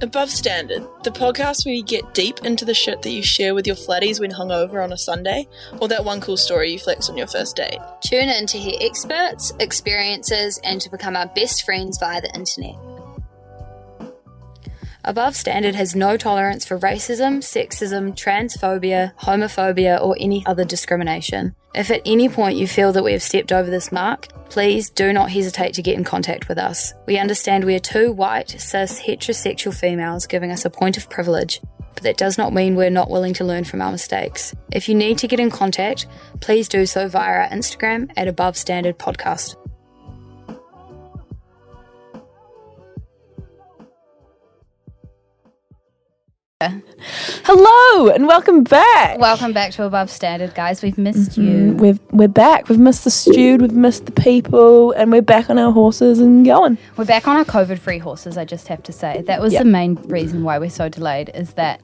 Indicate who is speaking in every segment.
Speaker 1: Above Standard, the podcast where you get deep into the shit that you share with your flatties when hungover on a Sunday, or that one cool story you flex on your first date.
Speaker 2: Tune in to hear experts, experiences, and to become our best friends via the internet. Above Standard has no tolerance for racism, sexism, transphobia, homophobia, or any other discrimination. If at any point you feel that we have stepped over this mark, please do not hesitate to get in contact with us. We understand we are two white, cis, heterosexual females giving us a point of privilege, but that does not mean we're not willing to learn from our mistakes. If you need to get in contact, please do so via our Instagram at Above Standard Podcast.
Speaker 3: Hello and welcome back.
Speaker 4: Welcome back to Above Standard, guys. We've missed you.
Speaker 3: We've, we're back. We've missed the stewed, we've missed the people, and we're back on our horses and going.
Speaker 4: We're back on our COVID free horses, I just have to say. That was
Speaker 3: Yep.
Speaker 4: the main reason why we're so delayed, is that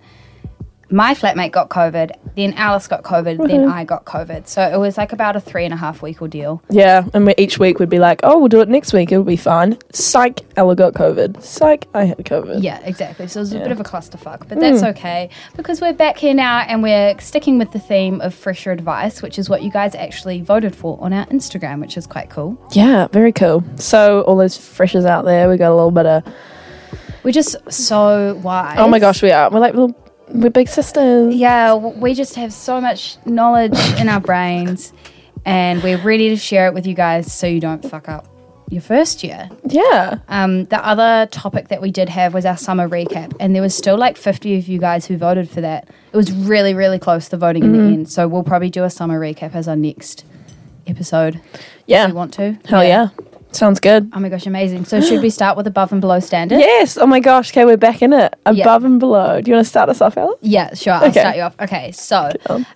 Speaker 4: my flatmate got COVID, then Alice got COVID, then I got COVID. So it was like about a three and a half week ordeal.
Speaker 3: Yeah, and we, each week we'd be like, oh, we'll do it next week. It'll be fine. Psych, Ella got COVID. Psych, I had COVID.
Speaker 4: Yeah, Mm. exactly. So it was a bit of a clusterfuck, but that's okay because we're back here now and we're sticking with the theme of fresher advice, which is what you guys actually voted for on our Instagram, which is quite cool.
Speaker 3: Yeah, very cool. So, all those freshers out there, we got a little bit of,
Speaker 4: We're just so wise.
Speaker 3: oh my gosh, we are. We're like little, we're big sisters.
Speaker 4: Yeah, w- we just have so much knowledge in our brains, and we're ready to share it with you guys so you don't fuck up your first year.
Speaker 3: Yeah.
Speaker 4: Um, the other topic that we did have was our summer recap, and there was still like 50 of you guys who voted for that. It was really, really close to voting in
Speaker 3: Mm-hmm.
Speaker 4: the end, so we'll probably do a summer recap as our next episode if
Speaker 3: Yeah.
Speaker 4: you want to.
Speaker 3: Hell Oh, yeah. Sounds good.
Speaker 4: Oh my gosh, amazing. So, should we start with above and below standard?
Speaker 3: Yes. Oh my gosh. Okay, we're back in it. Above and below. Do you want to start us off, Ella?
Speaker 4: Yeah, sure. I'll
Speaker 3: Okay.
Speaker 4: start you off. Okay, so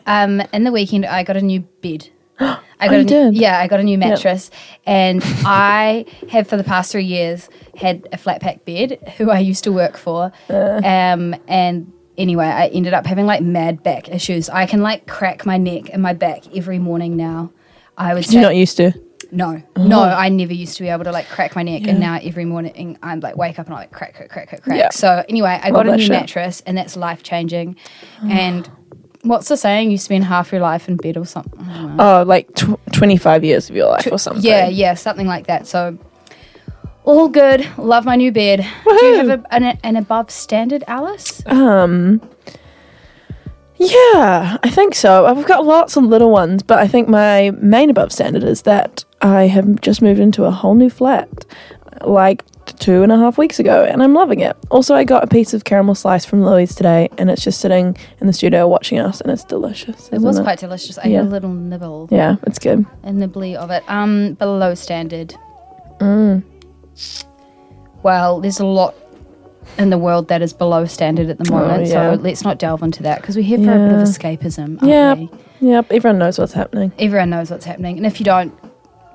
Speaker 4: um, in the weekend, I got a new bed. I got
Speaker 3: Oh, you
Speaker 4: a new,
Speaker 3: did?
Speaker 4: yeah, I got a new mattress, and I have for the past three years had a flat pack bed who I used to work for,
Speaker 3: Uh.
Speaker 4: um, and anyway, I ended up having like mad back issues. I can like crack my neck and my back every morning now. I would say
Speaker 3: You're not used to.
Speaker 4: Uh-huh. no,
Speaker 3: Oh.
Speaker 4: no, I never used to be able to like crack my neck, and now every morning I'm like wake up and I like crack, crack, crack, crack, crack.
Speaker 3: Yeah.
Speaker 4: So anyway, I got a
Speaker 3: that
Speaker 4: new
Speaker 3: shit.
Speaker 4: mattress, and that's life changing.
Speaker 3: Oh.
Speaker 4: and what's the saying? You spend half your life in bed or something. I don't know.
Speaker 3: Oh, like tw- 25 years of your life or something.
Speaker 4: Yeah, yeah, something like that. So all good. Love my new bed. Do you have a, an, an above standard, Alice?
Speaker 3: Um, Yeah, I think so. I've got lots of little ones, but I think my main above standard is that I have just moved into a whole new flat like two and a half weeks ago, and I'm loving it. Also, I got a piece of caramel slice from Louise today, and it's just sitting in the studio watching us, and it's delicious.
Speaker 4: it
Speaker 3: isn't
Speaker 4: was quite delicious. I
Speaker 3: Yeah.
Speaker 4: had a little nibble,
Speaker 3: Yeah, it's good.
Speaker 4: a nibbly of it. Um, below standard.
Speaker 3: Mm.
Speaker 4: Well, there's a lot in the world that is below standard at the moment,
Speaker 3: Oh, yeah.
Speaker 4: so let's not delve into that because we're here for a bit of
Speaker 3: Yeah.
Speaker 4: escapism. Aren't
Speaker 3: Yep.
Speaker 4: we?
Speaker 3: Yep. Everyone knows what's happening.
Speaker 4: everyone knows what's happening, and if you don't,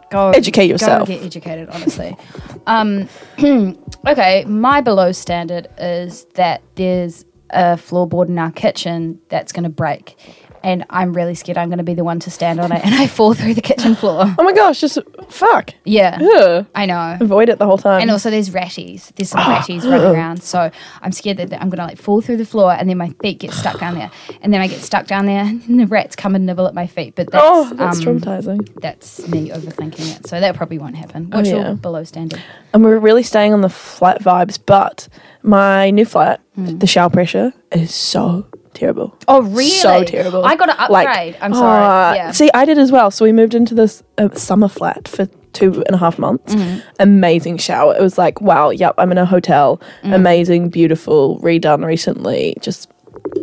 Speaker 4: go
Speaker 3: Educate
Speaker 4: go
Speaker 3: yourself.
Speaker 4: get educated, honestly. um, okay, my below standard is that there's a floorboard in our kitchen that's going to break, and I'm really scared I'm going to be the one to stand on it, and I fall through the kitchen floor.
Speaker 3: Oh my gosh, just fuck.
Speaker 4: Yeah,
Speaker 3: Ugh.
Speaker 4: I know.
Speaker 3: Avoid it the whole time.
Speaker 4: And also, there's ratties. There's some ratties running around, so I'm scared that I'm gonna like fall through the floor, and then my feet get stuck down there, and then I get stuck down there, and the rats come and nibble at my feet. But that's,
Speaker 3: oh, that's
Speaker 4: um,
Speaker 3: traumatizing.
Speaker 4: that's me overthinking it. So that probably won't happen. What's
Speaker 3: Oh, yeah.
Speaker 4: your below standard?
Speaker 3: and we're really staying on the flat vibes. But my new flat,
Speaker 4: Hmm.
Speaker 3: the shower pressure is so terrible.
Speaker 4: Oh, really?
Speaker 3: So terrible.
Speaker 4: I got an upgrade.
Speaker 3: Like,
Speaker 4: I'm sorry.
Speaker 3: uh,
Speaker 4: yeah.
Speaker 3: See, I did as well. So we moved into this uh, summer flat for two and a half months.
Speaker 4: Mm-hmm.
Speaker 3: Amazing shower. It was like, wow, yep, I'm in a hotel.
Speaker 4: Mm-hmm.
Speaker 3: Amazing, beautiful, redone recently. Just,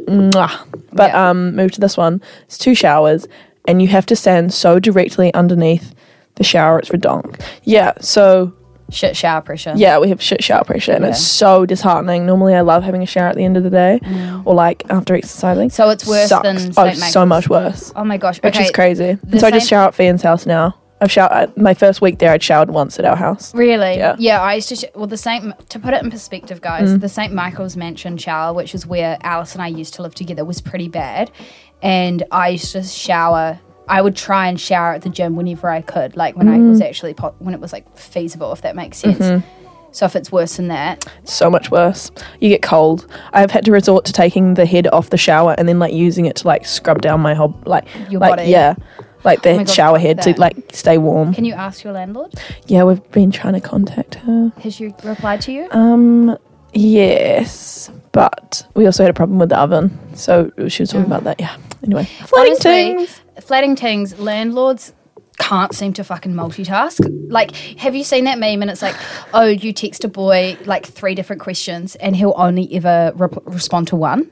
Speaker 3: mwah. but
Speaker 4: Yeah.
Speaker 3: um, moved to this one. It's two showers, and you have to stand so directly underneath the shower. It's redonk. Yeah. So
Speaker 4: Shit shower pressure.
Speaker 3: yeah, we have shit shower pressure, and it's so disheartening. Normally, I love having a shower at the end of the day, or like after exercising.
Speaker 4: Mm. So it's worse than St.
Speaker 3: oh, so
Speaker 4: Michael's.
Speaker 3: much worse,
Speaker 4: Oh my gosh.
Speaker 3: which
Speaker 4: okay.
Speaker 3: is crazy.
Speaker 4: the
Speaker 3: so I just
Speaker 4: same-
Speaker 3: shower at Fionn's house now. I've showered uh, my first week there. I'd showered once at our house.
Speaker 4: Really?
Speaker 3: Yeah.
Speaker 4: I used to. Sh- well, the Saint. To put it in perspective, guys, the Saint Michael's Mansion shower, which is where Alice and I used to live together, was pretty bad, and I used to shower. I would try and shower at the gym whenever I could, like when I was actually po- when it was like feasible, if that makes sense. So if it's worse than that,
Speaker 3: so much worse. You get cold. I've had to resort to taking the head off the shower and then like using it to like scrub down my whole like
Speaker 4: Your
Speaker 3: like
Speaker 4: body. Oh
Speaker 3: yeah, like the
Speaker 4: my God,
Speaker 3: shower
Speaker 4: fuck
Speaker 3: head to
Speaker 4: that.
Speaker 3: like stay warm.
Speaker 4: can you ask your landlord?
Speaker 3: Yeah, we've been trying to contact her.
Speaker 4: Has she replied to you?
Speaker 3: Um, yes, but we also had a problem with the oven, so she was talking about that. Yeah. Anyway, flooding
Speaker 4: Honestly,
Speaker 3: things.
Speaker 4: Flatting tings, landlords can't seem to fucking multitask. Like, have you seen that meme? And it's like, oh, you text a boy like three different questions and he'll only ever rep- respond to one.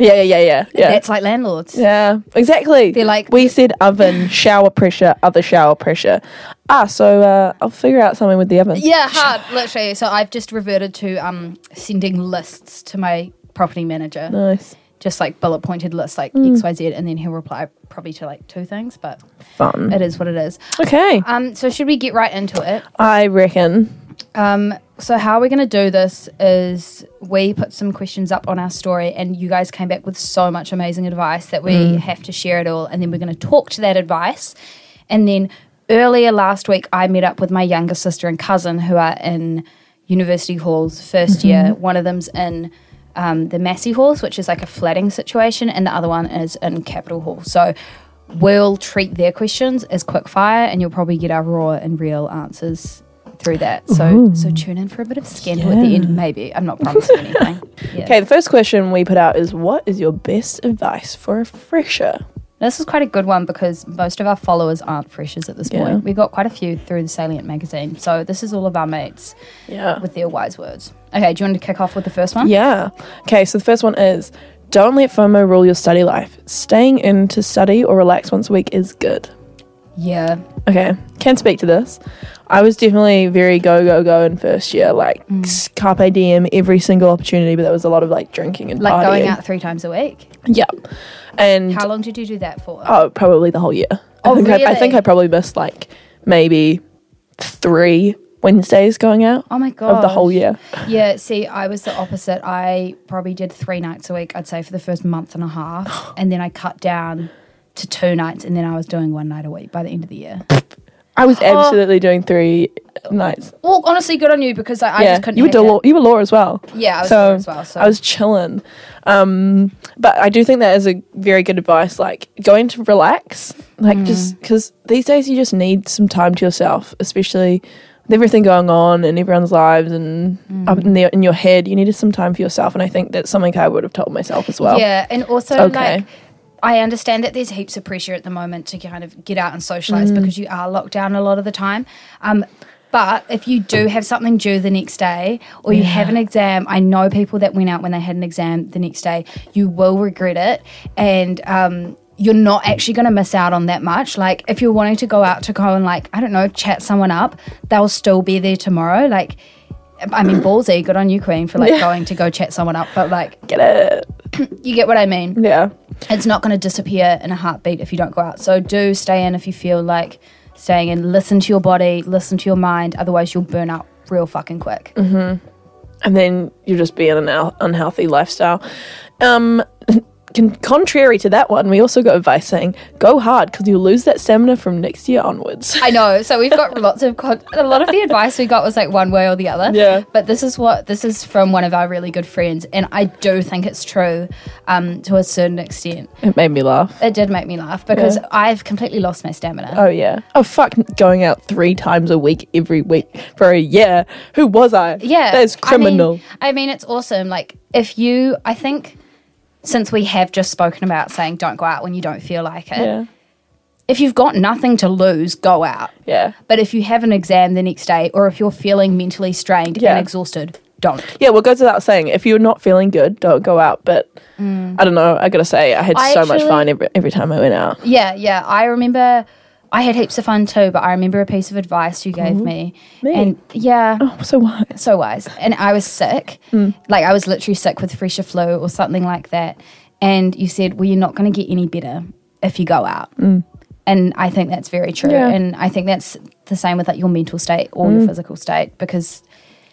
Speaker 3: Yeah, yeah, yeah, yeah, yeah.
Speaker 4: That's like landlords.
Speaker 3: yeah, exactly.
Speaker 4: They're like-
Speaker 3: we said oven, shower pressure, other shower pressure. Ah, so uh, I'll figure out something with the oven.
Speaker 4: Yeah, hard, literally. So I've just reverted to um, sending lists to my property manager,
Speaker 3: Nice,
Speaker 4: just like bullet pointed lists, like
Speaker 3: Mm.
Speaker 4: XYZ, and then he'll reply probably to like two things, but
Speaker 3: fun.
Speaker 4: it is what it is.
Speaker 3: Okay,
Speaker 4: Um, so should we get right into it?
Speaker 3: I reckon.
Speaker 4: Um, so how we're going to do this is we put some questions up on our story, and you guys came back with so much amazing advice that we have to share it all, and then we're going to talk to that advice, and then earlier last week I met up with my younger sister and cousin who are in university halls 1st year. One of them's in um, the Massey halls, which is like a flatting situation, and the other one is in Capital Hall. So. We'll treat their questions as quick fire, and you'll probably get our raw and real answers through that. So so tune in for a bit of scandal at the end, maybe. I'm not promising anything. Yeah.
Speaker 3: Okay, the first question we put out is what is your best advice for a fresher?
Speaker 4: This is quite a good one because most of our followers aren't freshers at this
Speaker 3: Yeah.
Speaker 4: point. We got quite a few through the Salient magazine. So this is all of our mates
Speaker 3: Yeah.
Speaker 4: with their wise words. Okay, do you want to kick off with the first one?
Speaker 3: Yeah. Okay, so the first one is don't let FOMO rule your study life. Staying in to study or relax once a week is good.
Speaker 4: Yeah.
Speaker 3: Okay, can speak to this. I was definitely very go, go, go in first year, like
Speaker 4: Mm.
Speaker 3: s- carpe diem every single opportunity, but there was a lot of like drinking and
Speaker 4: Like
Speaker 3: partying.
Speaker 4: going out three times a week.
Speaker 3: Yeah. And
Speaker 4: How long did you do that for?
Speaker 3: oh, probably the whole year. I,
Speaker 4: Oh,
Speaker 3: think I, I
Speaker 4: really?
Speaker 3: think I probably missed like maybe three Wednesdays going out
Speaker 4: Oh my god.
Speaker 3: of the whole year.
Speaker 4: Yeah, see, I was the opposite. I probably did three nights a week, I'd say, for the first month and a half. And then I cut down to two nights, and then I was doing one night a week by the end of the year.
Speaker 3: I
Speaker 4: Oh.
Speaker 3: was absolutely doing three nights.
Speaker 4: Well, honestly, good on you because I, I
Speaker 3: yeah,
Speaker 4: just couldn't.
Speaker 3: you were
Speaker 4: hang it.
Speaker 3: Delor- you were Laura as well.
Speaker 4: Yeah, I was Laura as well, so-
Speaker 3: I was chilling. Um, but I do think that is a very good advice. Like going to relax, like just because these days you just need some time to yourself, especially with everything going on in everyone's lives and up in, the, in your head. You needed some time for yourself, and I think that's something I would have told myself as well.
Speaker 4: Yeah, and also
Speaker 3: Oh. okay.
Speaker 4: like. I understand that there's heaps of pressure at the moment to kind of get out and socialize because you are locked down a lot of the time. Um, but if you do have something due the next day or you have an exam, I know people that went out when they had an exam the next day, you will regret it. And um, you're not actually going to miss out on that much. Like, if you're wanting to go out to go and, like, I don't know, chat someone up, they'll still be there tomorrow. Like, I mean, ballsy, good on you, Queen, for like going to go chat someone up. But, like,
Speaker 3: Get it?
Speaker 4: you get what I mean.
Speaker 3: Yeah.
Speaker 4: It's not going to disappear in a heartbeat if you don't go out. So do stay in if you feel like staying in. Listen to your body, listen to your mind. Otherwise, you'll burn out real fucking quick.
Speaker 3: and then you just be in an al- unhealthy lifestyle. Um, con- contrary to that one, we also got advice saying go hard because you'll lose that stamina from next year onwards.
Speaker 4: I know. So we've got lots of con- a lot of the advice we got was like one way or the other.
Speaker 3: Yeah.
Speaker 4: But this is what this is from one of our really good friends, and I do think it's true um, to a certain extent.
Speaker 3: It made me laugh.
Speaker 4: It did make me laugh because I've completely lost my stamina.
Speaker 3: Oh yeah. Oh fuck, going out three times a week every week for a year. Who was I?
Speaker 4: Yeah.
Speaker 3: that is criminal.
Speaker 4: I mean, I mean, it's awesome. Like, if you, I think, since we have just spoken about saying don't go out when you don't feel like it,
Speaker 3: yeah,
Speaker 4: if you've got nothing to lose, go out.
Speaker 3: yeah,
Speaker 4: But if you have an exam the next day or if you're feeling mentally strained
Speaker 3: Yeah.
Speaker 4: and exhausted, don't.
Speaker 3: yeah. Well, it goes without saying, if you're not feeling good, don't go out. But I don't know. I gotta say, I had
Speaker 4: Mm. I
Speaker 3: so much
Speaker 4: actually-
Speaker 3: fun every every time I went out.
Speaker 4: Yeah, yeah. I remember I had heaps of fun too, but I remember a piece of advice you gave me.
Speaker 3: Mm-hmm. Me?
Speaker 4: And yeah.
Speaker 3: Oh, so wise.
Speaker 4: so wise. And I was sick.
Speaker 3: Mm.
Speaker 4: Like I was literally sick with fresher flu or something like that. And you said, Well, you're not going to get any better if you go out. And I think that's very true.
Speaker 3: Mm. Yeah. Mm.
Speaker 4: And I think that's the same with like your mental state or your physical state because uh,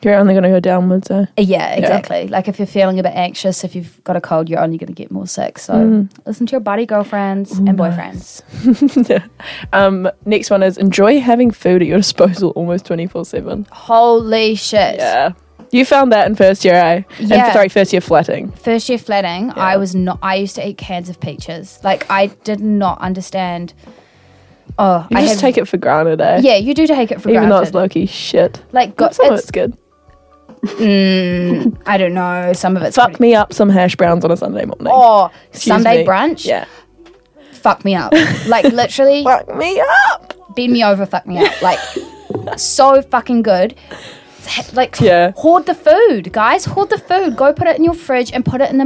Speaker 3: You're only going to go downwards, eh?
Speaker 4: Yeah, exactly. Like if you're feeling a bit anxious, if you've got a cold, you're only going to get more sick. So
Speaker 3: Mm.
Speaker 4: listen to your buddy girlfriends and boyfriends.
Speaker 3: Um, next one is enjoy having food at your disposal almost 24 7.
Speaker 4: Holy shit.
Speaker 3: Yeah. You found that in first year, eh?
Speaker 4: Yeah.
Speaker 3: And, sorry, first year flatting.
Speaker 4: First year flatting, I was not. I used to eat cans of peaches. Like I did not understand. Oh,
Speaker 3: You
Speaker 4: I
Speaker 3: just
Speaker 4: have-
Speaker 3: take it for granted, eh?
Speaker 4: Yeah, you do take it for
Speaker 3: Even
Speaker 4: granted.
Speaker 3: though it's low key shit.
Speaker 4: like,
Speaker 3: Got
Speaker 4: got,
Speaker 3: some of
Speaker 4: it's,
Speaker 3: it's good.
Speaker 4: I don't know. Some of it's
Speaker 3: Fuck
Speaker 4: pretty-
Speaker 3: me up some hash browns on a Sunday morning.
Speaker 4: Oh,
Speaker 3: Excuse
Speaker 4: Sunday
Speaker 3: me.
Speaker 4: brunch.
Speaker 3: Yeah.
Speaker 4: Fuck me up. Like literally,
Speaker 3: Fuck me up.
Speaker 4: bend me over. Fuck me up. Like so fucking good. Like
Speaker 3: Yeah.
Speaker 4: hoard the food, guys. Hoard the food. Go put it in your fridge and put it in the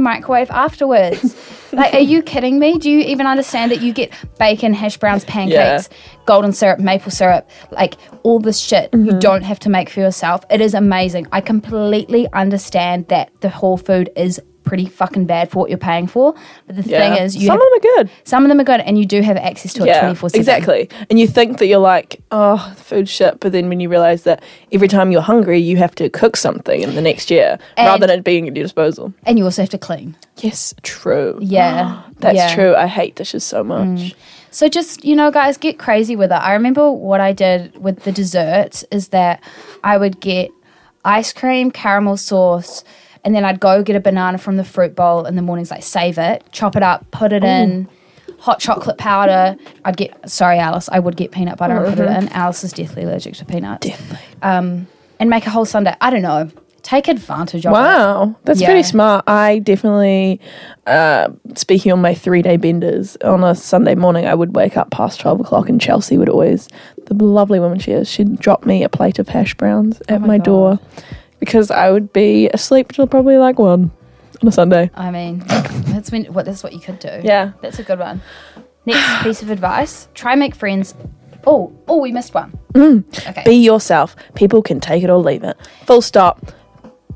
Speaker 4: microwave afterwards. like, are you kidding me? Do you even understand that you get bacon, hash browns, pancakes, golden syrup, maple syrup, like all this shit you
Speaker 3: Mm-hmm.
Speaker 4: don't have to make for yourself? It is amazing. I completely understand that the whole food is pretty fucking bad for what you're paying for. But the
Speaker 3: Yeah.
Speaker 4: thing is, you
Speaker 3: some
Speaker 4: have-
Speaker 3: of them are good.
Speaker 4: some of them are good, and you do have access to it
Speaker 3: Yeah,
Speaker 4: twenty four seven.
Speaker 3: exactly. And you think that you're like, oh, food shit, but then when you realise that every time you're hungry, you have to cook something in the next year rather than it being at your disposal.
Speaker 4: And you also have to clean.
Speaker 3: Yes, true.
Speaker 4: Yeah,
Speaker 3: That's
Speaker 4: yeah. Mm.
Speaker 3: true. I hate dishes so much.
Speaker 4: So just, you know, guys, get crazy with it. I remember what I did with the desserts is that I would get ice cream, caramel sauce, and then I'd go get a banana from the fruit bowl in the mornings, like save it, chop it up, put it in hot chocolate powder. I'd get sorry, Alice, I would get peanut butter and put it in.
Speaker 3: Mm-hmm.
Speaker 4: Alice is deathly allergic to peanuts. Deathly. Um, and make a whole sundae. I don't know. Take advantage of it.
Speaker 3: Wow, that's
Speaker 4: Yeah.
Speaker 3: pretty smart. I definitely, uh, speaking on my three day benders, on a Sunday morning, I would wake up past 12 o'clock and Chelsea would always, the lovely woman she is, she'd drop me a plate of hash browns
Speaker 4: Oh
Speaker 3: at my, door because I would be asleep till probably like one on a Sunday.
Speaker 4: I mean, that's when what that's what you could do.
Speaker 3: Yeah.
Speaker 4: That's a good one. Next piece of advice: try make friends. Oh, oh, we missed one. Okay.
Speaker 3: Mm. Be yourself. People can take it or leave it. Full stop.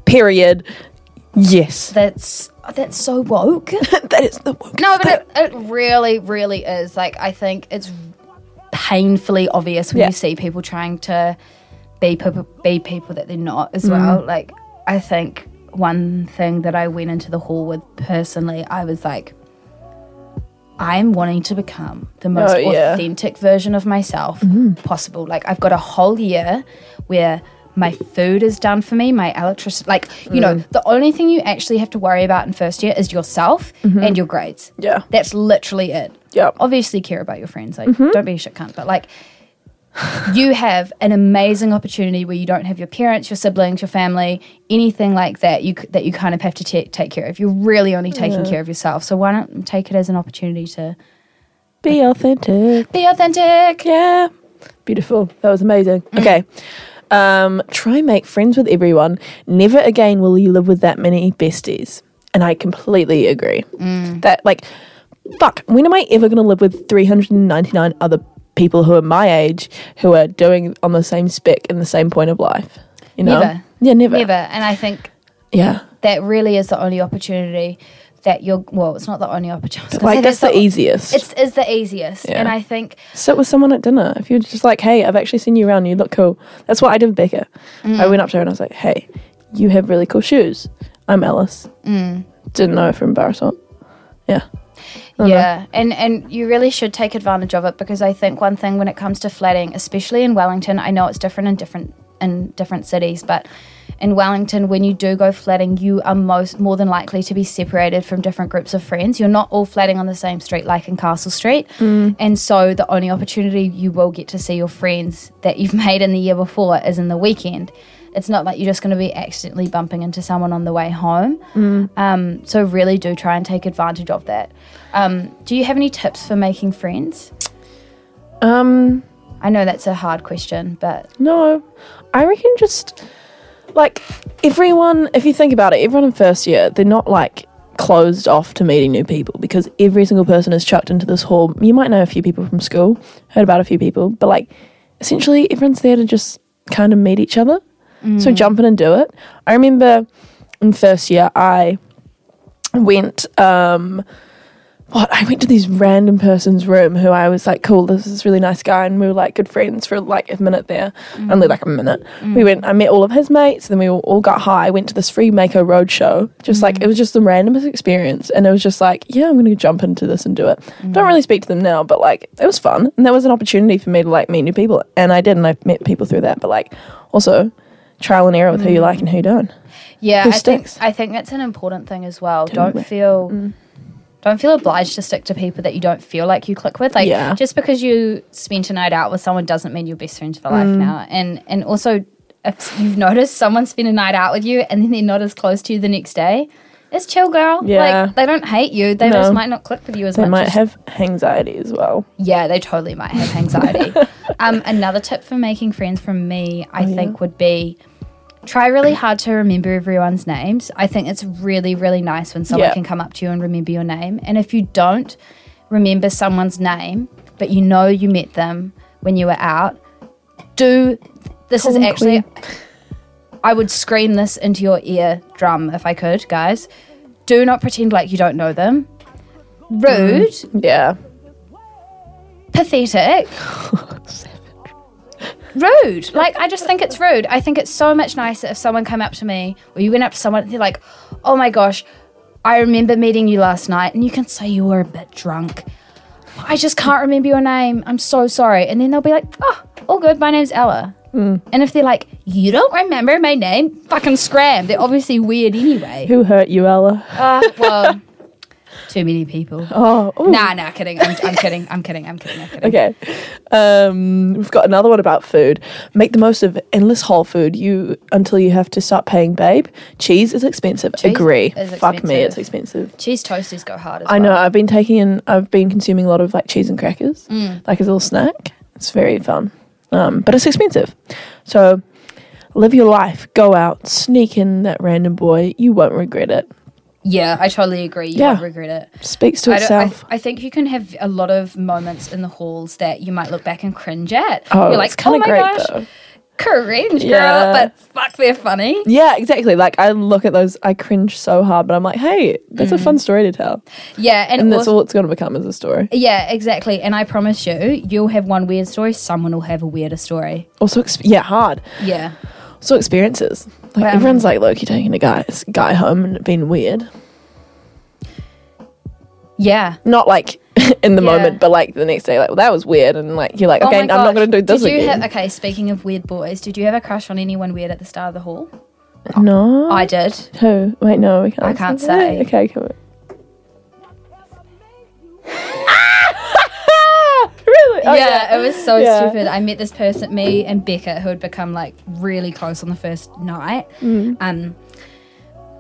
Speaker 3: Period. Yes.
Speaker 4: that's oh, that's so woke.
Speaker 3: that is the woke.
Speaker 4: no, but it, it really, really is. Like, I think it's painfully obvious when
Speaker 3: Yeah.
Speaker 4: you see people trying to be people, be people that they're not as well.
Speaker 3: Mm.
Speaker 4: Like, I think one thing that I went into the hall with personally, I was like, I'm wanting to become the most
Speaker 3: Oh, yeah. Mm-hmm.
Speaker 4: authentic version of myself possible. Like, I've got a whole year where my food is done for me, my electricity, like, you know,
Speaker 3: Mm.
Speaker 4: the only thing you actually have to worry about in first year is yourself
Speaker 3: Mm-hmm.
Speaker 4: and your grades.
Speaker 3: Yeah.
Speaker 4: That's literally it.
Speaker 3: Yep.
Speaker 4: Obviously, care about your friends. Like,
Speaker 3: Mm-hmm.
Speaker 4: don't be a shit cunt. But like, you have an amazing opportunity where you don't have your parents, your siblings, your family, anything like that. You c- that you kind of have to ta- take care of. You're really only taking care of yourself. So why don't take it as an opportunity to
Speaker 3: Be authentic.
Speaker 4: be authentic?
Speaker 3: Yeah. Beautiful. That was amazing.
Speaker 4: Mm.
Speaker 3: Okay. Um, try make friends with everyone. Never again will you live with that many besties. And I completely agree.
Speaker 4: Mm.
Speaker 3: That like fuck, when am I ever gonna live with three hundred and ninety nine other people who are my age who are doing on the same spec in the same point of life? You know?
Speaker 4: Never.
Speaker 3: Yeah, never.
Speaker 4: Never. And I think
Speaker 3: Yeah.
Speaker 4: that really is the only opportunity that you're. Well, it's not the only opportunity.
Speaker 3: Like that's the easiest.
Speaker 4: It's is the easiest, and I think
Speaker 3: sit with someone at dinner. If you're just like, hey, I've actually seen you around, you look cool. That's what I did with Becca. I went up to her and I was like, hey, you have really cool shoes. I'm Alice. Didn't know her from Barisot. Yeah.
Speaker 4: Yeah, and and you really should take advantage of it because I think one thing when it comes to flatting, especially in Wellington, I know it's different in different in different cities, but in Wellington, when you do go flatting, you are most more than likely to be separated from different groups of friends. You're not all flatting on the same street, like in Castle Street, and so the only opportunity you will get to see your friends that you've made in the year before is in the weekend. It's not like you're just going to be accidentally bumping into someone on the way home. Um, so really do try and take advantage of that. Um, do you have any tips for making friends?
Speaker 3: Um,
Speaker 4: I know that's a hard question, but
Speaker 3: No, I reckon just like everyone. If you think about it, everyone in first year they're not like closed off to meeting new people because every single person is chucked into this hall. You might know a few people from school, heard about a few people, but like essentially everyone's there to just kind of meet each other. So jump in and do it. I remember in first year I went um what I went to this random person's room who I was like, cool, this is a really nice guy, and we were like good friends for like a minute there, only like a minute. We went, I met all of his mates, then we all, all got high. Went to this free Mako Road show, just like it was just the randomest experience, and it was just like, yeah, I'm gonna jump into this and do it. Don't really speak to them now, but like it was fun, and there was an opportunity for me to like meet new people, and I did, and I met people through that, but like also trial and error with who you like and who you don't.
Speaker 4: Yeah,
Speaker 3: Who
Speaker 4: I think
Speaker 3: sticks?
Speaker 4: I think that's an important thing as well. Don't, feel
Speaker 3: Mm.
Speaker 4: don't feel obliged to stick to people that you don't feel like you click with. Like
Speaker 3: Yeah.
Speaker 4: just because you spent a night out with someone doesn't mean you're best friends for life
Speaker 3: Mm.
Speaker 4: now. And and also if you've noticed someone spent a night out with you and then they're not as close to you the next day, it's chill, girl.
Speaker 3: Yeah.
Speaker 4: Like they don't hate you. They just
Speaker 3: No.
Speaker 4: might not click with you as
Speaker 3: They
Speaker 4: much.
Speaker 3: might
Speaker 4: as-
Speaker 3: have anxiety as well.
Speaker 4: yeah, they totally might have anxiety. um, another tip for making friends from me, I think, would be try really hard to remember everyone's names. I think it's really, really nice when someone
Speaker 3: Yeah.
Speaker 4: can come up to you and remember your name. And if you don't remember someone's name, but you know you met them when you were out, do this is
Speaker 3: Colin
Speaker 4: actually
Speaker 3: Quinn.
Speaker 4: I would scream this into your ear drum if I could, guys. Do not pretend like you don't know them. Rude,
Speaker 3: Yeah.
Speaker 4: pathetic, rude. Like I just think it's rude. I think it's so much nicer if someone came up to me or you went up to someone and they're like, "Oh my gosh, I remember meeting you last night," and you can say you were a bit drunk. I just can't remember your name. I'm so sorry. And then they'll be like, "Oh, all good. My name's Ella." And if they're like, "You don't remember my name?" Fucking scram. They're obviously weird anyway.
Speaker 3: Who hurt you, Ella?
Speaker 4: Uh, well, too many people.
Speaker 3: Oh, ooh.
Speaker 4: Nah, nah, kidding. I'm, I'm kidding. I'm kidding. I'm kidding. I'm kidding.
Speaker 3: Okay. Um, we've got another one about food. Make the most of endless whole food you until you have to start paying, babe. Cheese is expensive.
Speaker 4: Cheese
Speaker 3: Agree.
Speaker 4: is
Speaker 3: Fuck me, it's
Speaker 4: expensive.
Speaker 3: expensive.
Speaker 4: Cheese toasties go hard as
Speaker 3: I know.
Speaker 4: well.
Speaker 3: I've been taking in. I've been consuming a lot of like cheese and crackers,
Speaker 4: Mm.
Speaker 3: like as a little snack. It's very fun, um, but it's expensive. So live your life. Go out. Sneak in that random boy. You won't regret it.
Speaker 4: Yeah, I totally agree. You
Speaker 3: Yeah.
Speaker 4: won't regret it.
Speaker 3: Speaks to
Speaker 4: I, don't, I,
Speaker 3: itself.
Speaker 4: th- I think you can have a lot of moments in the halls that you might look back and cringe at.
Speaker 3: oh,
Speaker 4: You're
Speaker 3: it's
Speaker 4: like,
Speaker 3: kind
Speaker 4: oh
Speaker 3: of
Speaker 4: my
Speaker 3: great
Speaker 4: gosh,
Speaker 3: though.
Speaker 4: cringe,
Speaker 3: Yeah.
Speaker 4: girl, but fuck, they're funny.
Speaker 3: Yeah, exactly. Like I look at those, I cringe so hard, but I'm like, hey, that's a fun story to tell,
Speaker 4: Yeah, Mm. and,
Speaker 3: and that's
Speaker 4: also,
Speaker 3: all it's going to become is a story.
Speaker 4: yeah, exactly. And I promise you, you'll have one weird story. Someone will have a weirder story.
Speaker 3: Also, ex- yeah, hard.
Speaker 4: Yeah,
Speaker 3: Also, experiences. Like
Speaker 4: Um,
Speaker 3: everyone's like, look, you're taking a guy, guy home and it being weird.
Speaker 4: yeah.
Speaker 3: Not like in the
Speaker 4: Yeah.
Speaker 3: moment, but like the next day, like well, that was weird, and like you're like,
Speaker 4: Oh
Speaker 3: okay,
Speaker 4: my
Speaker 3: I'm not
Speaker 4: gosh.
Speaker 3: going to do this
Speaker 4: did you
Speaker 3: again.
Speaker 4: Have, okay, speaking of weird boys, did you have a crush on anyone weird at the start of the hall?
Speaker 3: no,
Speaker 4: I did.
Speaker 3: Who? Wait, no, we can't.
Speaker 4: I can't say.
Speaker 3: that. Okay, come on. really? Oh,
Speaker 4: yeah, it was so
Speaker 3: Yeah.
Speaker 4: stupid. I met this person, me and Becca, who had become like really close on the first night.
Speaker 3: Mm.
Speaker 4: Um,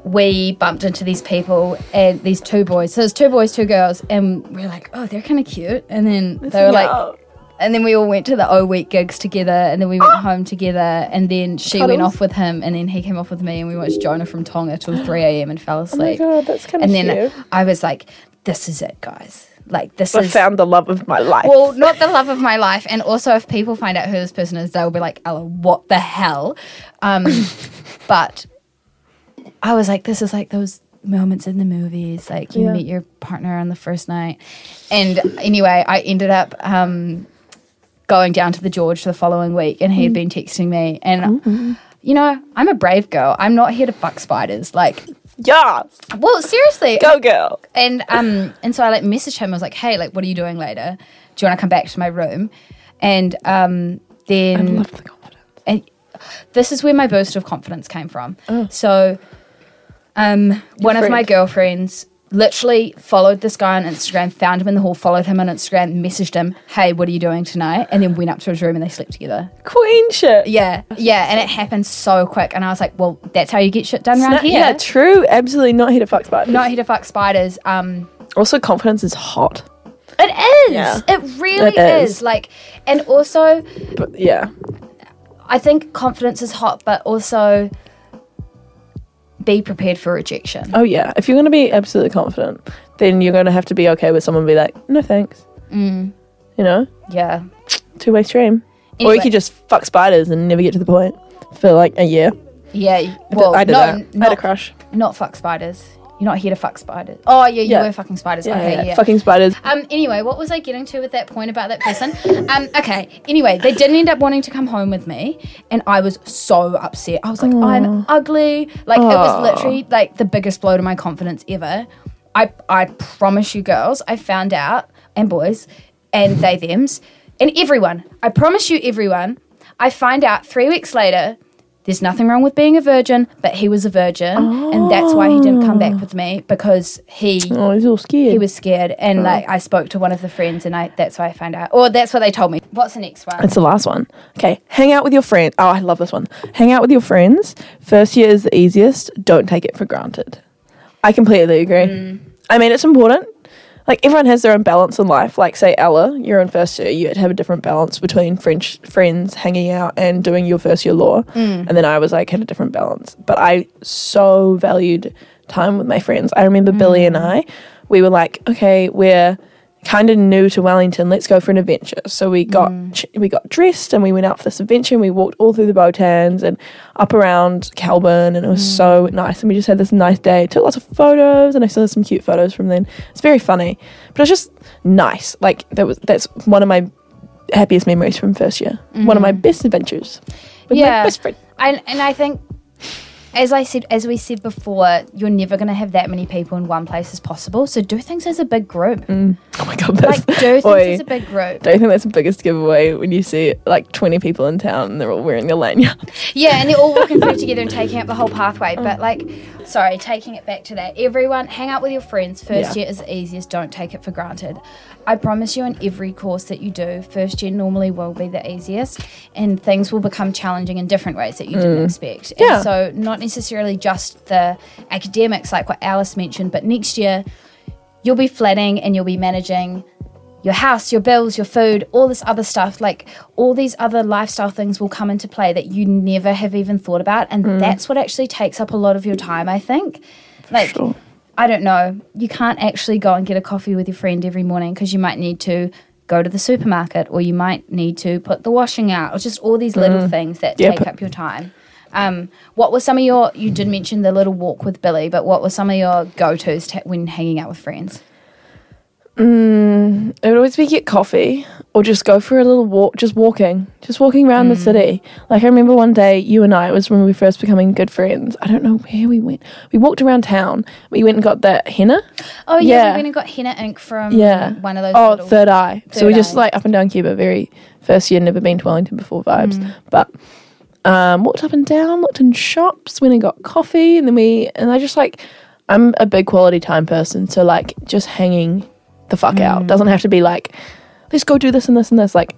Speaker 4: we bumped into these people and these two boys. So there's two boys, two girls, and we were like, oh, they're kind of cute. And then they were like,
Speaker 3: No.
Speaker 4: and then we all went to the O Week gigs together, and then we went home together, and then she went
Speaker 3: Oh. Cuddles.
Speaker 4: off with him, and then he came off with me, and we watched Jonah from Tonga till 3 a.m. and fell
Speaker 3: Oh my
Speaker 4: asleep.
Speaker 3: god, that's kind of
Speaker 4: and
Speaker 3: cute.
Speaker 4: then I was like, this is it, guys. Like, this
Speaker 3: I
Speaker 4: is.
Speaker 3: found the love of my life.
Speaker 4: Well, not the love of my life. And also, if people find out who this person is, they'll be like, Ella, what the hell? Um, but I was like, this is like those moments in the movies, like you
Speaker 3: Yeah.
Speaker 4: meet your partner on the first night. And anyway, I ended up. Um, Going down to the George the following week, and
Speaker 3: Mm-hmm.
Speaker 4: he had been texting me. And you know, I'm a brave girl. I'm not here to fuck spiders. Like,
Speaker 3: yeah,
Speaker 4: well, seriously,
Speaker 3: go girl.
Speaker 4: and um and so I like messaged him. I was like, "Hey, like, what are you doing later? Do you want to come back to my room?" And um then
Speaker 3: the confidence.
Speaker 4: and this is where my boost of confidence came from. So, um, one of my
Speaker 3: Oh. friend.
Speaker 4: girlfriends literally followed this guy on Instagram, found him in the hall, followed him on Instagram, messaged him, "Hey, what are you doing tonight?" And then went up to his room and they slept together.
Speaker 3: Queen shit.
Speaker 4: Yeah, yeah, and it happened so quick. And I was like, "Well, that's how you get shit done
Speaker 3: Not-
Speaker 4: around here."
Speaker 3: Yeah, true. Absolutely not here to fuck spiders.
Speaker 4: Not here to fuck spiders. Um,
Speaker 3: also, confidence is hot.
Speaker 4: It is.
Speaker 3: Yeah.
Speaker 4: It really
Speaker 3: It is.
Speaker 4: is. Like, and also,
Speaker 3: But yeah,
Speaker 4: I think confidence is hot, but also be prepared for rejection.
Speaker 3: oh yeah. If you're gonna be absolutely confident, then you're gonna have to be okay with someone be like, no thanks. You know,
Speaker 4: Mm. Yeah.
Speaker 3: two way stream. Or you
Speaker 4: Anyway.
Speaker 3: could just fuck spiders and never get to the point for like a year.
Speaker 4: Yeah. Well,
Speaker 3: I did
Speaker 4: no,
Speaker 3: that. I had a
Speaker 4: not,
Speaker 3: crush.
Speaker 4: not fuck spiders. You're not here to fuck spiders. Oh yeah, you
Speaker 3: Yeah.
Speaker 4: were fucking spiders.
Speaker 3: Yeah,
Speaker 4: okay,
Speaker 3: yeah,
Speaker 4: yeah.
Speaker 3: Fucking spiders.
Speaker 4: Um. Anyway, what was I getting to with that point about that person? um. Okay. Anyway, they didn't end up wanting to come home with me, and I was so upset. I was like, I'm ugly. Like it was literally like the biggest blow to my confidence ever. I I promise you, girls. I found out and boys, and they them's, and everyone. I promise you, everyone. I find out three weeks later. There's nothing wrong with being a virgin, but he was a virgin, and that's why he didn't come back with me because he
Speaker 3: Oh, he's all scared.
Speaker 4: he was scared, and like I spoke to one of the friends, and I that's why I found out, or that's what they told me. What's the next one?
Speaker 3: It's the last one. Okay, hang out with your friends. Oh, I love this one. Hang out with your friends. First year is the easiest. Don't take it for granted. I completely agree. I mean, it's important. Like everyone has their own balance in life. Like say Ella, you're in first year. You'd have a different balance between French friends, hanging out, and doing your first year law. And then I was like had a different balance. But I so valued time with my friends. I remember Billy and I, we were like, okay, we're kind of new to Wellington. Let's go for an adventure. So we got
Speaker 4: Mm.
Speaker 3: ch- we got dressed and we went out for this adventure. and We walked all through the Botans and up around Calburn, and it was
Speaker 4: Mm.
Speaker 3: so nice. And we just had this nice day. Took lots of photos, and I still have some cute photos from then. It's very funny, but it's just nice. Like that was that's one of my happiest memories from first year. One of
Speaker 4: Mm-hmm.
Speaker 3: my best adventures with my best friend.
Speaker 4: And and I think, as I said, as we said before, you're never going to have that many people in one place as possible. So do things as a big group.
Speaker 3: Oh my god, that's
Speaker 4: Like do things
Speaker 3: Oi.
Speaker 4: as a big group.
Speaker 3: Don't you think that's the biggest giveaway when you see like 20 people in town and they're all wearing their lanyard?
Speaker 4: Yeah, and they're all walking through together and taking up the whole pathway.
Speaker 3: Oh.
Speaker 4: But like, sorry, taking it back to that. Everyone, hang out with your friends. First
Speaker 3: Yeah.
Speaker 4: year is the easiest. Don't take it for granted. I promise you, in every course that you do, first year normally will be the easiest, and things will become challenging in different ways that you didn't expect.
Speaker 3: Mm. Yeah.
Speaker 4: And so, not necessarily just the academics, like what Alice mentioned, but next year you'll be flatting and you'll be managing your house, your bills, your food, all this other stuff, like all these other lifestyle things will come into play that you never have even thought about. And
Speaker 3: Mm.
Speaker 4: that's what actually takes up a lot of your time, I think. Like,
Speaker 3: sure.
Speaker 4: I don't know, you can't actually go and get a coffee with your friend every morning because you might need to go to the supermarket or you might need to put the washing out or just all these little things that
Speaker 3: Mm. Yeah,
Speaker 4: take
Speaker 3: but-
Speaker 4: up your time. Um, what were some of your, you did mention the little walk with Billy, but what were some of your go tos t- when hanging out with friends?
Speaker 3: Mm, It would always be get coffee or just go for a little walk, just walking, just walking around the city. Like I remember one day, you and I, it was when we were first becoming good friends. I don't know where we went. We walked around town. We went and got that henna.
Speaker 4: Oh yeah,
Speaker 3: Yeah.
Speaker 4: we went and got henna ink from
Speaker 3: Yeah.
Speaker 4: one of those.
Speaker 3: Oh,
Speaker 4: little-
Speaker 3: third eye. so
Speaker 4: Third
Speaker 3: we just
Speaker 4: Eye.
Speaker 3: like up and down Cuba. Very first year, never been to Wellington before vibes.
Speaker 4: Mm.
Speaker 3: But um, walked up and down, looked in shops, went and got coffee, and then we and I just like I'm a big quality time person, so like just hanging the fuck
Speaker 4: Mm.
Speaker 3: out doesn't have to be like let's go do this and this and this. Like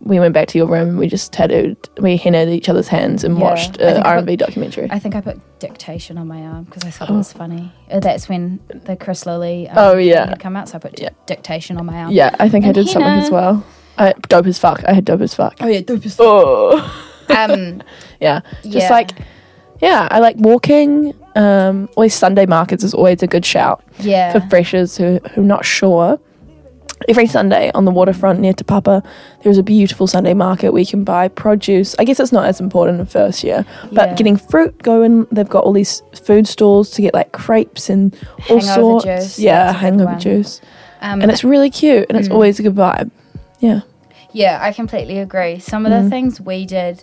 Speaker 3: we went back to your room, and we just tattooed, we hennaed each other's hands, and
Speaker 4: Yeah.
Speaker 3: watched
Speaker 4: I
Speaker 3: an
Speaker 4: think I
Speaker 3: R and B documentary.
Speaker 4: I think I put dictation on my arm because I thought it was funny. Uh, That's when the Chris Lilly. Um,
Speaker 3: Oh, yeah.
Speaker 4: had come out, so I put di- dictation on my arm.
Speaker 3: yeah, I think I
Speaker 4: And
Speaker 3: did something
Speaker 4: henna.
Speaker 3: as well. I dope as fuck. I had dope as fuck.
Speaker 4: Oh yeah, dope as
Speaker 3: Oh.
Speaker 4: Um,
Speaker 3: Yeah. Just
Speaker 4: Yeah.
Speaker 3: like yeah, I like walking. Um always Sunday markets is always a good shout
Speaker 4: yeah.
Speaker 3: for freshers who who are not sure. Every Sunday on the waterfront near Te Papa, there's a beautiful Sunday market where you can buy produce. I guess it's not as important in first year, but
Speaker 4: Yeah.
Speaker 3: getting fruit going, they've got all these food stalls to get like crepes and all
Speaker 4: Hangover
Speaker 3: sorts.
Speaker 4: juice,
Speaker 3: Yeah,
Speaker 4: that's a good
Speaker 3: hangover
Speaker 4: one. Mm.
Speaker 3: juice.
Speaker 4: Um,
Speaker 3: And it's really cute and it's always a good vibe. Yeah.
Speaker 4: Yeah, I completely agree. Some of the
Speaker 3: Mm-hmm.
Speaker 4: things we did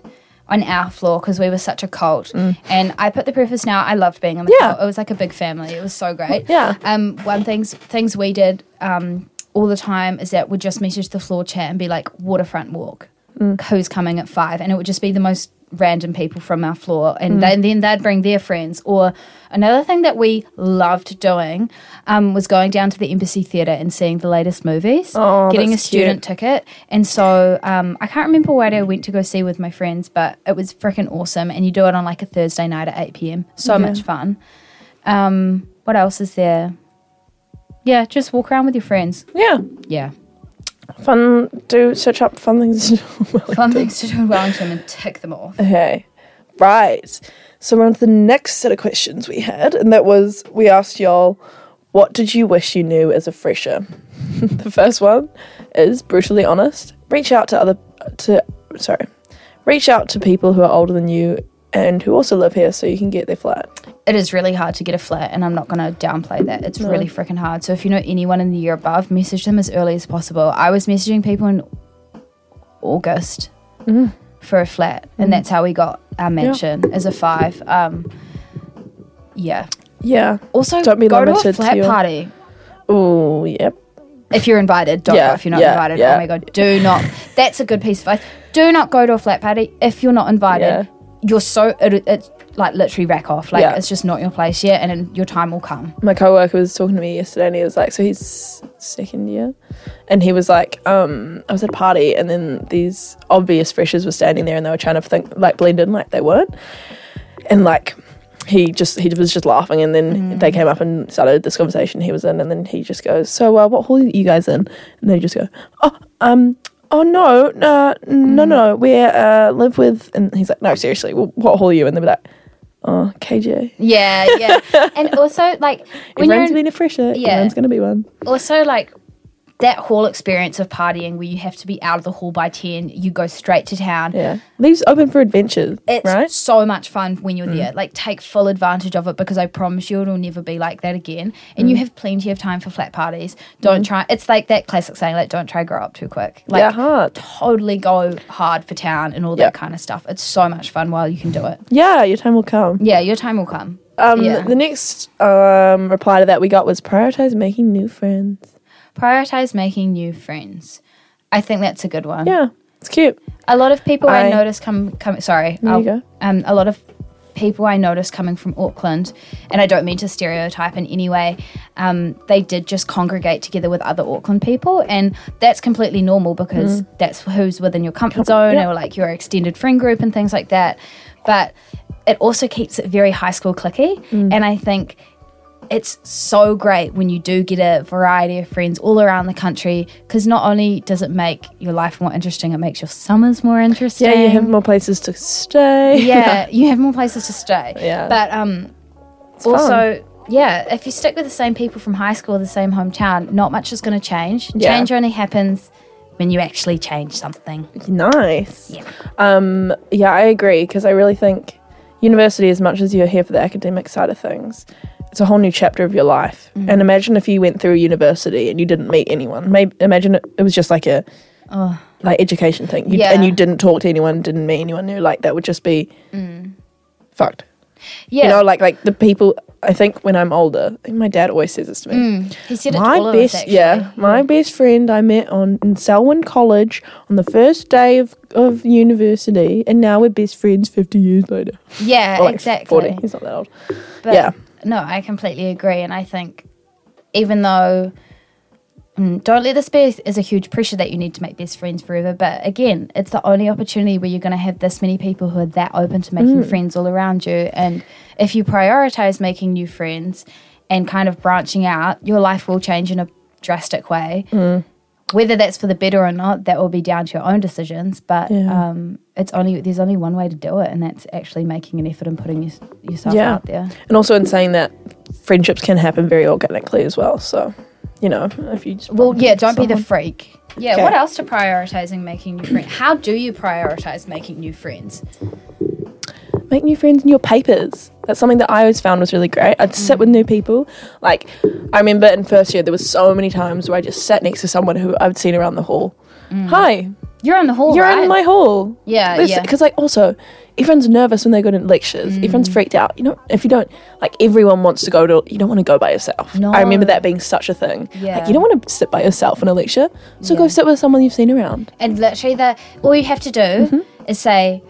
Speaker 4: on our floor because we were such a cult, and I put the preface now. I loved being on the
Speaker 3: Mm. Yeah.
Speaker 4: cult. It was like a big family. It was so great.
Speaker 3: Yeah.
Speaker 4: Um, one things things we did um all the time is that we'd just message the floor chat and be like waterfront walk.
Speaker 3: Mm.
Speaker 4: Who's coming at five? And it would just be the most random people from our floor,
Speaker 3: Mm.
Speaker 4: and then then they'd bring their friends. Or another thing that we loved doing um, was going down to the Embassy Theatre and seeing the latest movies,
Speaker 3: Oh,
Speaker 4: getting
Speaker 3: that's
Speaker 4: a student
Speaker 3: cute.
Speaker 4: ticket. And so um, I can't remember what I went to go see with my friends, but it was freaking awesome. And you do it on like a Thursday night at 8 p.m. So much fun. Um, what else is there? Yeah, just walk around with your friends.
Speaker 3: Yeah.
Speaker 4: Yeah.
Speaker 3: Fun do search up fun things to do.
Speaker 4: Fun things to do in Wellington and tick them off.
Speaker 3: Okay. Right. So we're on to the next set of questions we had, and that was we asked y'all, what did you wish you knew as a fresher? the first one is brutally honest. Reach out to other to sorry. Reach out to people who are older than you and who also live here so you can get their flat.
Speaker 4: it is really hard to get a flat, and I'm not going to downplay that. It's really freaking hard. So if you know anyone in the year above, message them as early as possible. I was messaging people in August for a flat,
Speaker 3: Mm.
Speaker 4: and that's how we got our mansion as a five. Um, yeah.
Speaker 3: Yeah.
Speaker 4: Also,
Speaker 3: Don't be
Speaker 4: go to a
Speaker 3: limited to
Speaker 4: flat
Speaker 3: your-
Speaker 4: party
Speaker 3: Oh, yep.
Speaker 4: if you're invited, don't
Speaker 3: Yeah,
Speaker 4: go. If you're not
Speaker 3: yeah,
Speaker 4: invited,
Speaker 3: yeah.
Speaker 4: oh my god, do not. That's a good piece of advice. Do not go to a flat party if you're not invited.
Speaker 3: Yeah.
Speaker 4: You're so it, it's like literally rack off. Like
Speaker 3: Yeah.
Speaker 4: it's just not your place yet, and then your time will come.
Speaker 3: my coworker was talking to me yesterday and he was like so he's second year and he was like um i was at a party and then these obvious freshers were standing there and they were trying to think like blend in like they weren't and like he just he was just laughing and then
Speaker 4: Mm.
Speaker 3: they came up and started this conversation he was in and then he just goes so uh, what hall are you guys in and they just go oh um Oh no, uh, no, no,
Speaker 4: Mm.
Speaker 3: no. We uh, live with, and he's like, no, seriously, wh- what hall are you? in?" And they're like, oh, KJ.
Speaker 4: Yeah, yeah. and also like when you're
Speaker 3: Everyone's
Speaker 4: in-
Speaker 3: been a fresher.
Speaker 4: Yeah.
Speaker 3: Everyone's gonna be one.
Speaker 4: also like that whole experience of partying where you have to be out of the hall by ten, you go straight to town.
Speaker 3: Yeah. Leaves open for adventures,
Speaker 4: It's
Speaker 3: right? Mm.
Speaker 4: so much fun when you're there. Like, take full advantage of it because I promise you it'll never be like that again. And you
Speaker 3: Mm.
Speaker 4: have plenty of time for flat parties. Don't try. It's like that classic saying, like, don't try to grow up too quick. Like,
Speaker 3: yeah, hard.
Speaker 4: totally go hard for town and all
Speaker 3: Yeah.
Speaker 4: that kind of stuff. It's so much fun while you can do it.
Speaker 3: Yeah, your time will come.
Speaker 4: Yeah, your time will come.
Speaker 3: Um,
Speaker 4: yeah.
Speaker 3: The next um, reply to that we got was prioritize making new friends.
Speaker 4: Prioritize making new friends. I think that's a good one.
Speaker 3: Yeah, it's cute.
Speaker 4: A lot of people I,
Speaker 3: I-
Speaker 4: notice come come. Sorry,
Speaker 3: you
Speaker 4: I'll-
Speaker 3: go.
Speaker 4: Um, a lot of people I notice coming from Auckland, and I don't mean to stereotype in any way. Um, they did just congregate together with other Auckland people, and that's completely normal because that's who's within your comfort zone or like your extended friend group and things like that. But it also keeps it very high school clicky, and I think it's so great when you do get a variety of friends all around the country because not only does it make your life more interesting, it makes your summers more interesting.
Speaker 3: Yeah, you have more places to stay.
Speaker 4: yeah, you have more places to stay.
Speaker 3: Yeah.
Speaker 4: but um,
Speaker 3: fun.
Speaker 4: also yeah, if you stick with the same people from high school, the same hometown, not much is going to change.
Speaker 3: Yeah.
Speaker 4: Change only happens when you actually change something.
Speaker 3: nice.
Speaker 4: Yeah.
Speaker 3: Um, yeah, I agree because I really think university, as much as you're here for the academic side of things, it's a whole new chapter of your life.
Speaker 4: Mm-hmm.
Speaker 3: And imagine if you went through university and you didn't meet anyone. Maybe imagine it, it was just like a like education thing, you,
Speaker 4: Oh. Yeah.
Speaker 3: and you didn't talk to anyone, didn't meet anyone new. Like that would just be fucked.
Speaker 4: Mm. Yeah,
Speaker 3: You know, like like the people. I think when I'm older, I think my dad always says this to me.
Speaker 4: Mm. he said it to all
Speaker 3: My
Speaker 4: of us,
Speaker 3: best,
Speaker 4: actually.
Speaker 3: yeah, my best friend I met on in Selwyn College on the first day of, of university, and now we're best friends fifty years later.
Speaker 4: yeah,
Speaker 3: Or like
Speaker 4: Uh, exactly.
Speaker 3: Forty. He's not that old.
Speaker 4: But
Speaker 3: Yeah.
Speaker 4: No, I completely agree. And I think even though mm, don't let this be as a huge pressure that you need to make best friends forever. But again, it's the only opportunity where you're going to have this many people who are that open to
Speaker 3: Mm.
Speaker 4: making friends all around you. And if you prioritize making new friends and kind of branching out, your life will change in a drastic way.
Speaker 3: Mm.
Speaker 4: Whether that's for the better or not, that will be down to your own decisions. But
Speaker 3: Yeah.
Speaker 4: um, it's only there's only one way to do it, and that's actually making an effort and putting your, yourself
Speaker 3: Yeah.
Speaker 4: out there.
Speaker 3: And also in saying that, friendships can happen very organically as well. So, you know, if you just
Speaker 4: Well, yeah, don't be the
Speaker 3: someone-
Speaker 4: freak. Yeah,
Speaker 3: Okay.
Speaker 4: what else to prioritizing making new friends? How do you prioritize making new friends?
Speaker 3: make new friends in your papers. That's something that I always found was really great. I'd sit with new people. Like, I remember in first year, there was so many times where I just sat next to someone who I'd seen around the hall.
Speaker 4: Mm.
Speaker 3: Hi,
Speaker 4: You're on the hall,
Speaker 3: you're
Speaker 4: right?
Speaker 3: in my hall.
Speaker 4: Yeah, yeah.
Speaker 3: Because like also, everyone's nervous when they go to lectures.
Speaker 4: Mm.
Speaker 3: Everyone's freaked out. You know, if you don't like, everyone wants to go to. You don't want to go by yourself. I remember
Speaker 4: No.
Speaker 3: that being such a thing.
Speaker 4: Yeah.
Speaker 3: Like you don't want to sit by yourself in a lecture. So
Speaker 4: Yeah.
Speaker 3: go sit with someone you've seen around.
Speaker 4: and literally, the all you have to do
Speaker 3: Mm-hmm.
Speaker 4: is say,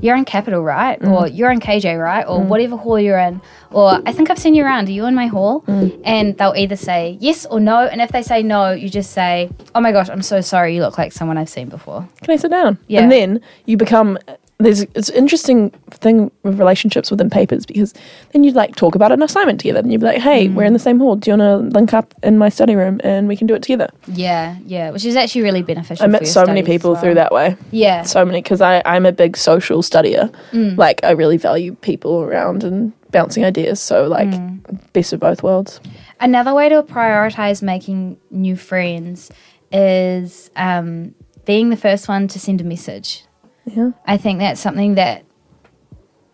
Speaker 4: "You're in Capital, right?" Or "You're in KJ, right?"
Speaker 3: Mm-hmm.
Speaker 4: Or whatever hall you're in. Or I think I've seen you around. Are you in my hall?
Speaker 3: Mm.
Speaker 4: And they'll either say yes or no. And if they say no, you just say, "Oh my gosh, I'm so sorry. You look like someone I've seen before."
Speaker 3: Can I sit down?
Speaker 4: Yeah.
Speaker 3: And then you become. There's it's an interesting thing with relationships within papers because then you'd like talk about an assignment together and you'd be like, hey, we're
Speaker 4: Mm.
Speaker 3: in the same hall. Do you want to link up in my study room and we can do it together?
Speaker 4: Yeah, yeah, which is actually really beneficial.
Speaker 3: I
Speaker 4: for
Speaker 3: met
Speaker 4: your
Speaker 3: so many
Speaker 4: studies as
Speaker 3: people
Speaker 4: well.
Speaker 3: through that way.
Speaker 4: Yeah,
Speaker 3: so many because I'm a big social studier.
Speaker 4: Mm.
Speaker 3: Like I really value people around and bouncing ideas. So like
Speaker 4: Mm.
Speaker 3: best of both worlds.
Speaker 4: Another way to prioritize making new friends is um, being the first one to send a message.
Speaker 3: Yeah.
Speaker 4: I think that's something that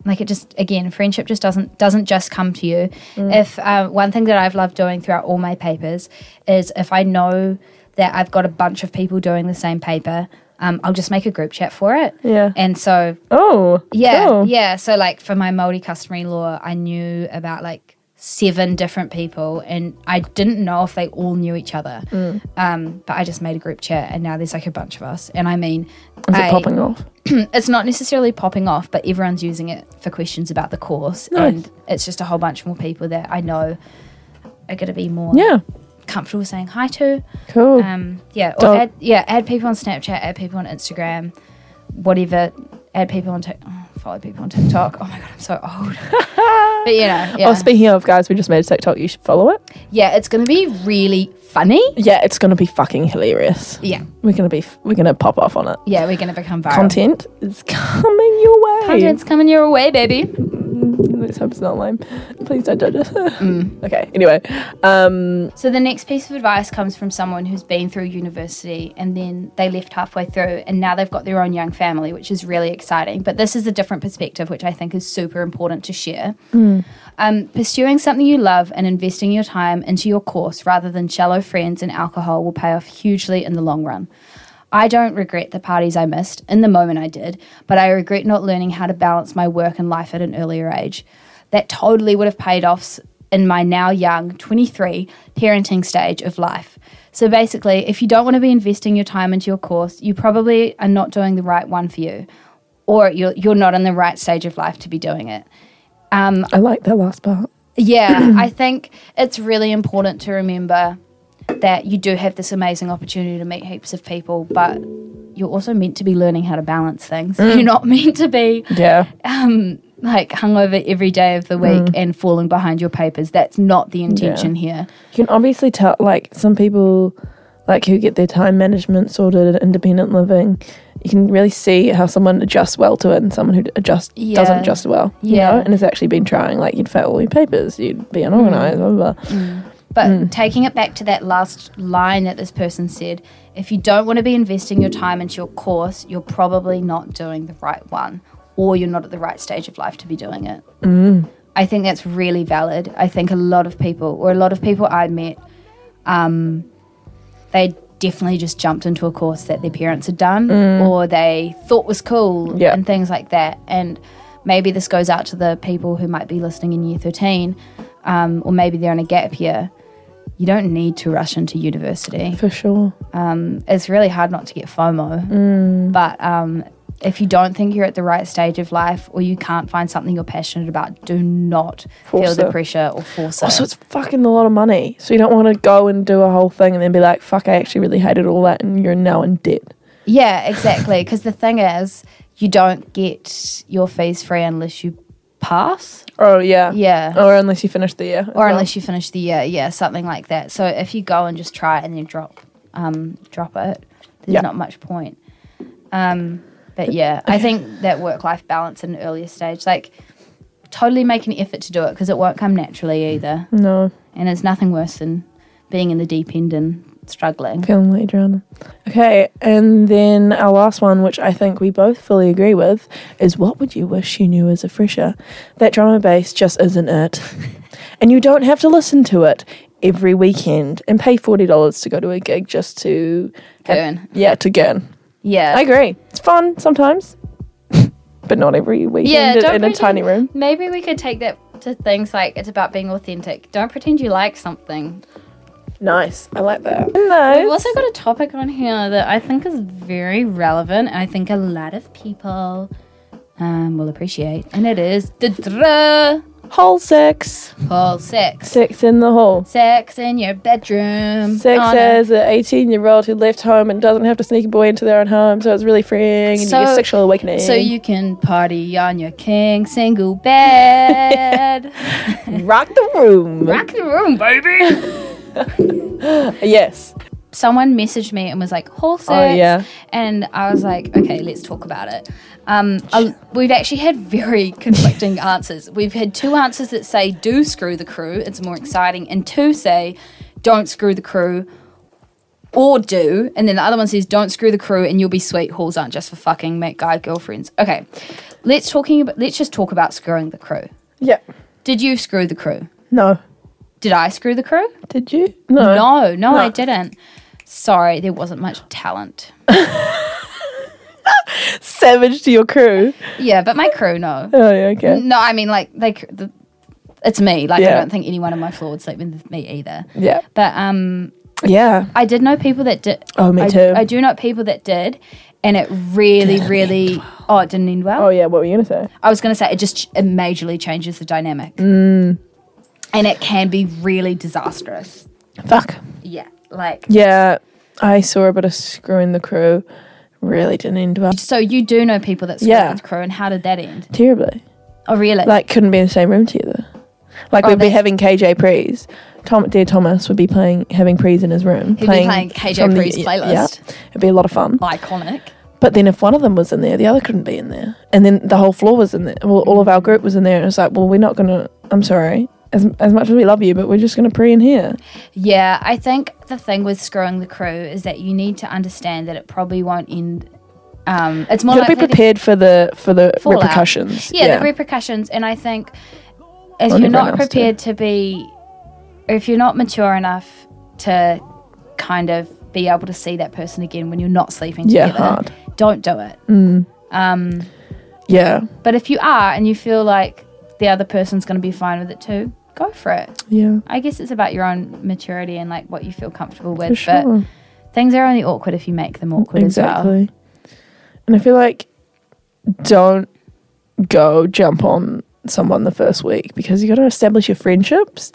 Speaker 4: like it just again friendship just doesn't doesn't just come to you if uh, one thing that i've loved doing throughout all my papers is if i know that i've got a bunch of people doing the same paper um, i'll just make a group chat for it
Speaker 3: Yeah.
Speaker 4: and so
Speaker 3: Oh,
Speaker 4: yeah,
Speaker 3: cool.
Speaker 4: yeah. So like for my Maori customary law, I knew about like seven different people, and I didn't know if they all knew each other.
Speaker 3: Mm.
Speaker 4: Um, but I just made a group chat, and now there's like a bunch of us. And I mean,
Speaker 3: Is it
Speaker 4: I-
Speaker 3: popping off?
Speaker 4: it's not necessarily popping off, but everyone's using it for questions about the course, and it's just a whole bunch more people that I know are going to be more
Speaker 3: Yeah,
Speaker 4: comfortable saying hi to.
Speaker 3: cool.
Speaker 4: Um, yeah, or
Speaker 3: Dope.
Speaker 4: add, yeah, add people on Snapchat, add people on Instagram, whatever. Add people on TikTok, follow people on TikTok. Oh my god, I'm so old. but you know, yeah,
Speaker 3: Oh, speaking of guys, we just made a TikTok. You should follow it.
Speaker 4: yeah, it's gonna be really funny.
Speaker 3: Yeah, it's gonna be fucking hilarious.
Speaker 4: Yeah,
Speaker 3: We're gonna be we're gonna pop off on it.
Speaker 4: yeah, we're gonna become viral.
Speaker 3: Content is coming your way.
Speaker 4: Content's coming your way, baby.
Speaker 3: Let's hope it's not lame. Please don't judge us.
Speaker 4: Mm.
Speaker 3: Okay. Anyway, um,
Speaker 4: So the next piece of advice comes from someone who's been through university and then they left halfway through and now they've got their own young family, which is really exciting. But this is a different perspective, which I think is super important to share. Um, pursuing something you love and investing your time into your course rather than shallow friends and alcohol will pay off hugely in the long run. I don't regret the parties I missed. In the moment, I did, but I regret not learning how to balance my work and life at an earlier age. That totally would have paid off s- in my now young 23 parenting stage of life. So basically, if you don't want to be investing your time into your course, you probably are not doing the right one for you, or you're, you're not in the right stage of life to be doing it. Um,
Speaker 3: I like that last part.
Speaker 4: yeah, I think it's really important to remember that you do have this amazing opportunity to meet heaps of people, but you're also meant to be learning how to balance things. You're not meant to be
Speaker 3: Yeah.
Speaker 4: um, like hungover every day of the week and falling behind your papers. That's not the intention here.
Speaker 3: You can obviously tell, like, some people, like, who get their time management sorted, independent living, you can really see how someone adjusts well to it and someone who adjust, doesn't
Speaker 4: Yeah.
Speaker 3: adjust well. You
Speaker 4: Yeah. Mm.
Speaker 3: know? And has actually been trying, like, you'd fail all your papers, you'd be unorganized, blah, blah, blah.
Speaker 4: But taking it back to that last line that this person said, if you don't want to be investing your time into your course, you're probably not doing the right one or you're not at the right stage of life to be doing it. Mm. I think that's really valid. I think a lot of people, or a lot of people I met, um, they definitely just jumped into a course that their parents had done or they thought was cool
Speaker 3: Yeah.
Speaker 4: and things like that. And maybe this goes out to the people who might be listening in year 13 um, or maybe they're on a gap year you don't need to rush into university.
Speaker 3: For sure.
Speaker 4: Um, it's really hard not to get FOMO.
Speaker 3: Mm.
Speaker 4: But um, if you don't think you're at the right stage of life or you can't find something you're passionate about, do not feel
Speaker 3: Force
Speaker 4: the
Speaker 3: it.
Speaker 4: pressure or force
Speaker 3: Also, Oh,
Speaker 4: it.
Speaker 3: it's fucking a lot of money. So you don't want to go and do a whole thing and then be like, fuck, I actually really hated all that and you're now in debt.
Speaker 4: Yeah, exactly. Because the thing is, you don't get your fees free unless you pass.
Speaker 3: Oh, yeah.
Speaker 4: Yeah.
Speaker 3: Or unless you finish the year.
Speaker 4: or unless you finish the year, yeah, something like that. So if you go and just try it and then drop, um, drop it, there's
Speaker 3: Yeah.
Speaker 4: not much point. Um, but yeah, I think that work-life balance at an earlier stage, like, totally make an effort to do it because it won't come
Speaker 3: Mm.
Speaker 4: naturally either,
Speaker 3: you. No.
Speaker 4: and there's nothing worse than being in the deep end and struggling.
Speaker 3: Feeling like drowning. Okay, and then our last one, which I think we both fully agree with, is what would you wish you knew as a fresher? That drama bass just isn't it. and you don't have to listen to it every weekend and pay forty dollars to go to a gig just to
Speaker 4: Burn.
Speaker 3: yeah, to gain.
Speaker 4: Yeah,
Speaker 3: I agree. It's fun sometimes. but not every weekend
Speaker 4: Yeah,
Speaker 3: in-
Speaker 4: don't
Speaker 3: in a tiny room.
Speaker 4: Maybe we could take that to things like it's about being authentic. Don't pretend you like something.
Speaker 3: Nice. I like that.
Speaker 4: We've
Speaker 3: Nice.
Speaker 4: also got a topic on here that I think is very relevant, and I think a lot of people um, will appreciate, and it is the
Speaker 3: Hall sex.
Speaker 4: whole sex.
Speaker 3: Sex in the hall.
Speaker 4: Sex in your bedroom.
Speaker 3: Sex
Speaker 4: on a-
Speaker 3: as an 18 year old who left home and doesn't have to sneak a boy into their own home, so it's really freeing and
Speaker 4: So-
Speaker 3: you get sexual awakening.
Speaker 4: So you can party on your king single bed.
Speaker 3: rock the room.
Speaker 4: Rock the room, baby.
Speaker 3: Uh, Yes.
Speaker 4: Someone messaged me and was like, whole sex.
Speaker 3: Oh, yeah.
Speaker 4: And I was like, okay, let's talk about it. Um, I'll- we've actually had very conflicting answers. We've had two answers that say, do screw the crew, it's more exciting, and two say, don't screw the crew, or do. And then the other one says, don't screw the crew and you'll be sweet. Halls aren't just for fucking, make guy girlfriends. Okay. Let's talking about, let's just talk about screwing the crew.
Speaker 3: Yeah.
Speaker 4: Did you screw the crew?
Speaker 3: No.
Speaker 4: Did I screw the crew?
Speaker 3: Did you? No.
Speaker 4: No, no, I didn't. Sorry, there wasn't much talent.
Speaker 3: Savage to your crew.
Speaker 4: Yeah, but my crew, no.
Speaker 3: Oh, yeah, okay.
Speaker 4: No, I mean, like, they, c- the, it's me. Like, I
Speaker 3: Yeah.
Speaker 4: don't think anyone in my floor would sleep with me either.
Speaker 3: Yeah.
Speaker 4: But um,
Speaker 3: Yeah.
Speaker 4: I did know people that did.
Speaker 3: Oh, me
Speaker 4: I-
Speaker 3: too.
Speaker 4: I do know people that did, and it really, really. Oh, it didn't end well.
Speaker 3: Oh, yeah, what were you going to say?
Speaker 4: I was going to say it just ch- it majorly changes the dynamic,
Speaker 3: Mm.
Speaker 4: and it can be really disastrous.
Speaker 3: Fuck.
Speaker 4: Yeah, like
Speaker 3: Yeah, I saw a bit of screwing the crew. Really didn't end well.
Speaker 4: so you do know people that screwed
Speaker 3: Yeah.
Speaker 4: with crew, and how did that end?
Speaker 3: Terribly.
Speaker 4: Oh, really?
Speaker 3: Like, couldn't be in the same room together. Like,
Speaker 4: Oh,
Speaker 3: we'd be
Speaker 4: that's-
Speaker 3: having KJ Prees. Tom, dear Thomas would be playing, having Prees in his room.
Speaker 4: be playing KJ
Speaker 3: from the-
Speaker 4: Prees playlist.
Speaker 3: Yeah, it'd be a lot of fun.
Speaker 4: iconic.
Speaker 3: But then if one of them was in there, the other couldn't be in there. And then the whole floor was in there. Well, all of our group was in there. And it's like, well, we're not going to, I'm sorry. As, as much as we love you, but we're just going to pre in here.
Speaker 4: Yeah, I think the thing with screwing the crew is that you need to understand that it probably won't end. Um, it's more
Speaker 3: You've got to
Speaker 4: likely
Speaker 3: be prepared for the for the
Speaker 4: fallout.
Speaker 3: repercussions.
Speaker 4: Yeah, the repercussions. And I think if
Speaker 3: On
Speaker 4: you're
Speaker 3: everyone
Speaker 4: not
Speaker 3: else too.
Speaker 4: prepared to be, or if you're not mature enough to kind of be able to see that person again when you're not sleeping
Speaker 3: Yeah,
Speaker 4: together,
Speaker 3: hard. Mm.
Speaker 4: don't do it. Um,
Speaker 3: yeah,
Speaker 4: but if you are and you feel like the other person's going to be fine with it too, go for it.
Speaker 3: yeah,
Speaker 4: I guess it's about your own maturity and like what you feel comfortable with.
Speaker 3: for sure.
Speaker 4: But things are only awkward if you make them awkward as well.
Speaker 3: Exactly. And I feel like don't go jump on someone the first week because you got to establish your friendships,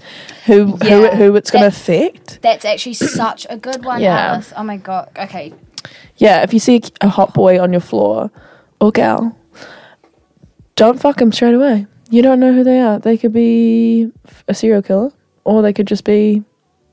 Speaker 3: who who
Speaker 4: Yeah.
Speaker 3: who it's going to
Speaker 4: That's-
Speaker 3: affect.
Speaker 4: That's actually such a good one,
Speaker 3: Yeah.
Speaker 4: Alice. Oh my god. Okay,
Speaker 3: Yeah, if you see a hot boy on your floor or gal, don't fuck them straight away. You don't know who they are. They could be a serial killer, or they could just be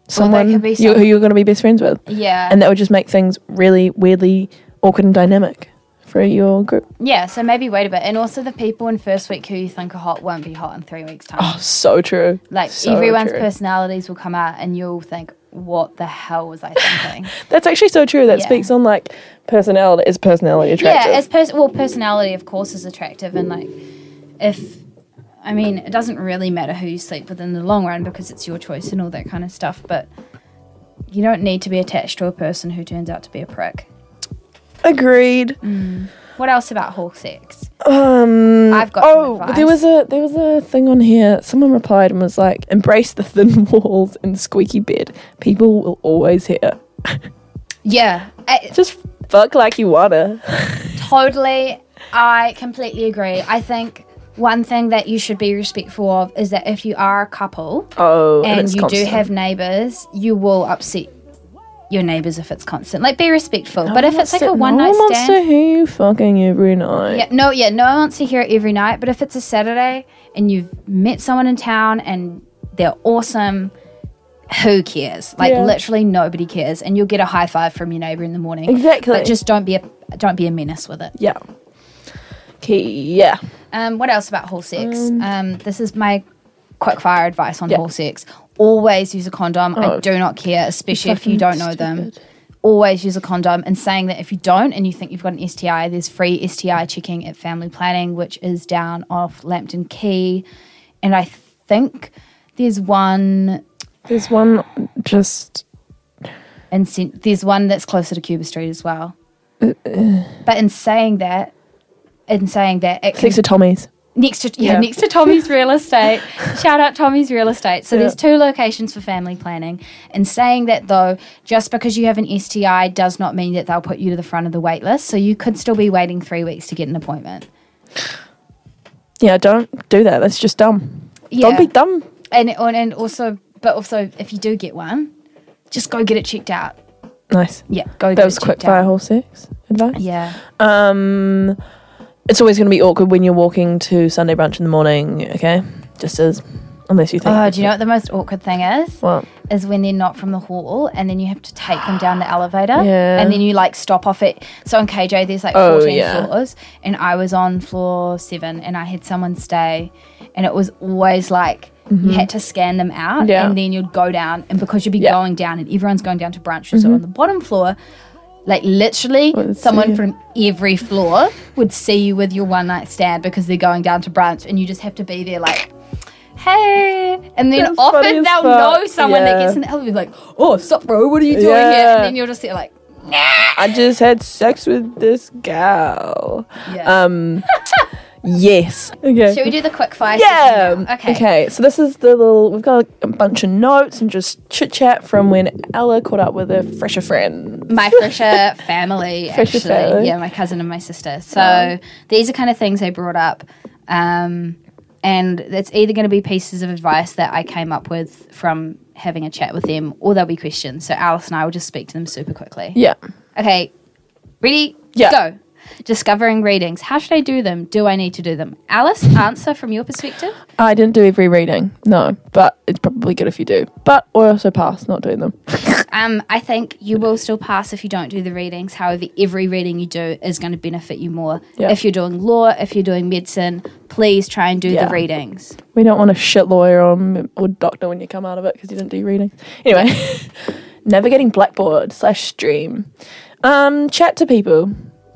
Speaker 3: someone
Speaker 4: could be
Speaker 3: you, who
Speaker 4: some-
Speaker 3: you're going to be best friends with.
Speaker 4: Yeah.
Speaker 3: and that would just make things really weirdly awkward and dynamic for your group.
Speaker 4: yeah, so maybe wait a bit. And also the people in first week who you think are hot won't be hot in three weeks' time.
Speaker 3: Oh, so true.
Speaker 4: like
Speaker 3: So
Speaker 4: everyone's
Speaker 3: true.
Speaker 4: personalities will come out and you'll think, What the hell was I thinking?
Speaker 3: That's actually so true. That
Speaker 4: Yeah.
Speaker 3: speaks on like personality is personality attractive.
Speaker 4: Yeah, as pers- well, personality of course is attractive, and like if I mean, it doesn't really matter who you sleep with in the long run because it's your choice and all that kind of stuff. But you don't need to be attached to a person who turns out to be a prick.
Speaker 3: Agreed.
Speaker 4: What else about hall sex?
Speaker 3: Um,
Speaker 4: I've got
Speaker 3: Oh,
Speaker 4: some advice.
Speaker 3: there was a there was a thing on here. Someone replied and was like, "Embrace the thin walls and squeaky bed. People will always hear.
Speaker 4: Yeah, I-
Speaker 3: Just fuck like you wanna."
Speaker 4: totally. I completely agree. I think one thing that you should be respectful of is that if you are a couple,
Speaker 3: Oh, and,
Speaker 4: and
Speaker 3: it's
Speaker 4: you
Speaker 3: constant.
Speaker 4: do have neighbours, you will upset your neighbours if it's constant. Like, be respectful. but if it's like a one night
Speaker 3: no one wants to
Speaker 4: stand,
Speaker 3: hear you fucking every night.
Speaker 4: yeah, no, yeah, no one wants to hear it every night. But if it's a Saturday and you've met someone in town and they're awesome, who cares? Like,
Speaker 3: Yeah.
Speaker 4: literally nobody cares, and you'll get a high five from your neighbour in the morning.
Speaker 3: Exactly.
Speaker 4: But just don't be a don't be a menace with it.
Speaker 3: Yeah. Okay. Yeah.
Speaker 4: Um, what else about hall sex? Um, this is my quick fire advice on
Speaker 3: Yeah.
Speaker 4: hall sex. Always use a condom. I
Speaker 3: Oh.
Speaker 4: do not care, especially if you
Speaker 3: fucking
Speaker 4: don't know them.
Speaker 3: stupid.
Speaker 4: Always use a condom. And saying that if you don't and you think you've got an STI, there's free STI checking at Family Planning, which is down off Lambton Key. And I think there's one
Speaker 3: There's one just
Speaker 4: and sen- there's one that's closer to Cuba Street as well. but in saying that, in saying that, it
Speaker 3: six of Tommy's.
Speaker 4: next to yeah,
Speaker 3: Yeah.
Speaker 4: next to Tommy's Real Estate. Shout out Tommy's Real Estate. So
Speaker 3: Yeah.
Speaker 4: there's two locations for family planning. And saying that though, just because you have an STI does not mean that they'll put you to the front of the wait list. So you could still be waiting three weeks to get an appointment.
Speaker 3: Yeah, don't do that. That's just dumb.
Speaker 4: Yeah.
Speaker 3: Don't be dumb.
Speaker 4: And and and also, but also if you do get one, just go get it checked out.
Speaker 3: Nice.
Speaker 4: Yeah, go. get
Speaker 3: That was
Speaker 4: it
Speaker 3: quick
Speaker 4: checked
Speaker 3: fire
Speaker 4: out.
Speaker 3: horse six advice.
Speaker 4: Yeah,
Speaker 3: Um, it's always going to be awkward when you're walking to Sunday brunch in the morning. Okay, just as unless you think.
Speaker 4: Oh, do you know what the most awkward thing is?
Speaker 3: What?
Speaker 4: Is when they're not from the hall and then you have to take them down the elevator.
Speaker 3: Yeah.
Speaker 4: And then you like stop off it. So in KJ, there's like
Speaker 3: Oh,
Speaker 4: 14
Speaker 3: yeah.
Speaker 4: floors. And I was on floor seven and I had someone stay. And it was always like you had to scan them out
Speaker 3: Mm-hmm. Yeah.
Speaker 4: and then you'd go down and because you'd be
Speaker 3: Yeah. Mm-hmm.
Speaker 4: going down and everyone's going down to brunch so on the bottom floor like literally
Speaker 3: Would see
Speaker 4: someone
Speaker 3: you.
Speaker 4: from every floor would see you with your one night stand because they're going down to brunch and you just have to be there like Hey, and then
Speaker 3: That's funny
Speaker 4: often
Speaker 3: as
Speaker 4: they'll
Speaker 3: fuck.
Speaker 4: know someone that
Speaker 3: Yeah.
Speaker 4: gets in the elevator, like, "Oh, sup, bro? What are you doing here?"
Speaker 3: Yeah.
Speaker 4: And then you're just there, like,
Speaker 3: I just had sex with this gal.
Speaker 4: "Yeah."
Speaker 3: Um, yes. Okay.
Speaker 4: Should we do the quick fire?
Speaker 3: Um, yeah. Um,
Speaker 4: session now? Okay.
Speaker 3: Okay. So this is the little. We've got a bunch of notes and just chit chat from when Ella caught up with her fresher friend.
Speaker 4: my fresher family
Speaker 3: Fresher
Speaker 4: actually
Speaker 3: family.
Speaker 4: yeah my cousin and my sister so these are kind of things they brought up um, and it's either going to be pieces of advice that i came up with from having a chat with them or there'll be questions so alice and i will just speak to them super quickly
Speaker 3: Yeah.
Speaker 4: okay ready
Speaker 3: Yeah.
Speaker 4: go discovering readings how should i do them do i need to do them alice answer from your perspective
Speaker 3: I didn't do every reading. No, but it's probably good if you do. But I also pass not doing them.
Speaker 4: Um, I think you will still pass if you don't do the readings. However, every reading you do is going to benefit you more.
Speaker 3: Yeah.
Speaker 4: If you're doing law, if you're doing medicine, please try and do
Speaker 3: Yeah.
Speaker 4: the readings.
Speaker 3: We don't want a shit lawyer or, m- or doctor when you come out of it because you didn't do readings. Anyway, navigating Blackboard slash stream. Um, chat to people.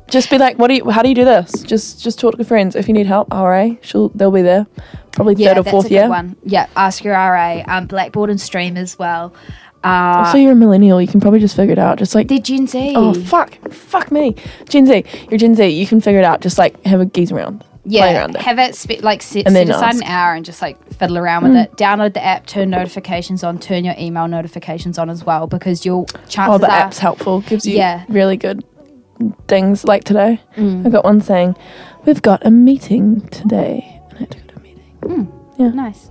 Speaker 3: Just be like, what do you? How do you do this? Just just talk to friends. If you need help, RA, she'll they'll be there. Probably
Speaker 4: Yeah,
Speaker 3: third or
Speaker 4: that's
Speaker 3: fourth
Speaker 4: a good
Speaker 3: year.
Speaker 4: one. Yeah, ask your RA, um, Blackboard and Stream as well. Uh,
Speaker 3: So you're a millennial. You can probably just figure it out. Just like
Speaker 4: they're Gen Z.
Speaker 3: oh fuck, fuck me, Gen Z. You're Gen Z. You can figure it out. Just like have a geese around. play
Speaker 4: yeah,
Speaker 3: around it.
Speaker 4: have it spe- like set,
Speaker 3: And
Speaker 4: set
Speaker 3: then
Speaker 4: aside an
Speaker 3: ask. Mm.
Speaker 4: hour and just like fiddle around with it. Download the app, turn notifications on, turn your email notifications on as well because your chances
Speaker 3: Oh, the
Speaker 4: are
Speaker 3: app's helpful. Gives you
Speaker 4: Yeah. Mm.
Speaker 3: really good things. Like today, I got one saying, "We've got a meeting today," and I had to go to a meeting.
Speaker 4: Nice.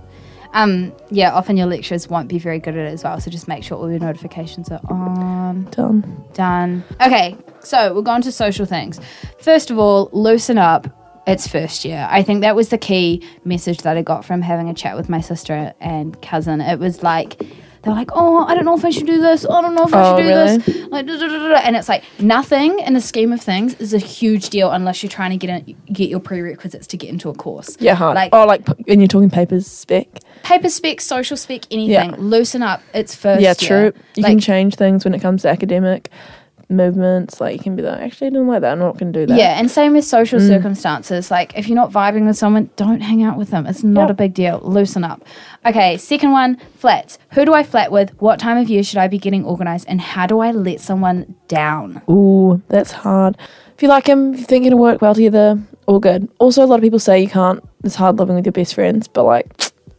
Speaker 4: Um, yeah, often your lecturers won't be very good at it as well, so just make sure all your notifications are on.
Speaker 3: Done.
Speaker 4: Done. Okay, so we'll go on to social things. First of all, loosen up. It's first year. I think that was the key message that I got from having a chat with my sister and cousin. It was like, they're like, oh, I don't know if I should do this. I don't know if
Speaker 3: Oh,
Speaker 4: I should do
Speaker 3: really?
Speaker 4: this. Like, da, da, da, da. and it's like nothing in the scheme of things is a huge deal unless you're trying to get in, get your prerequisites to get into a course.
Speaker 3: Yeah, hard.
Speaker 4: Like,
Speaker 3: oh, like p- and you're talking papers spec.
Speaker 4: paper spec, social spec, anything.
Speaker 3: Yeah.
Speaker 4: Loosen up. It's first.
Speaker 3: Yeah, true.
Speaker 4: year.
Speaker 3: You
Speaker 4: Like,
Speaker 3: can change things when it comes to academic movements. Like you can be like, actually, I didn't like that. I'm not going to do that. Mm.
Speaker 4: yeah, and same with social circumstances. Like if you're not vibing with someone, don't hang out with them. It's not
Speaker 3: Yeah.
Speaker 4: a big deal. Loosen up. Okay, second one, flats. Who do I flat with? What time of year should I be getting organized? And how do I let someone down?
Speaker 3: Ooh, that's hard. If you like him, if you think it'll work well together, all good. Also, a lot of people say you can't. It's hard living with your best friends, but like,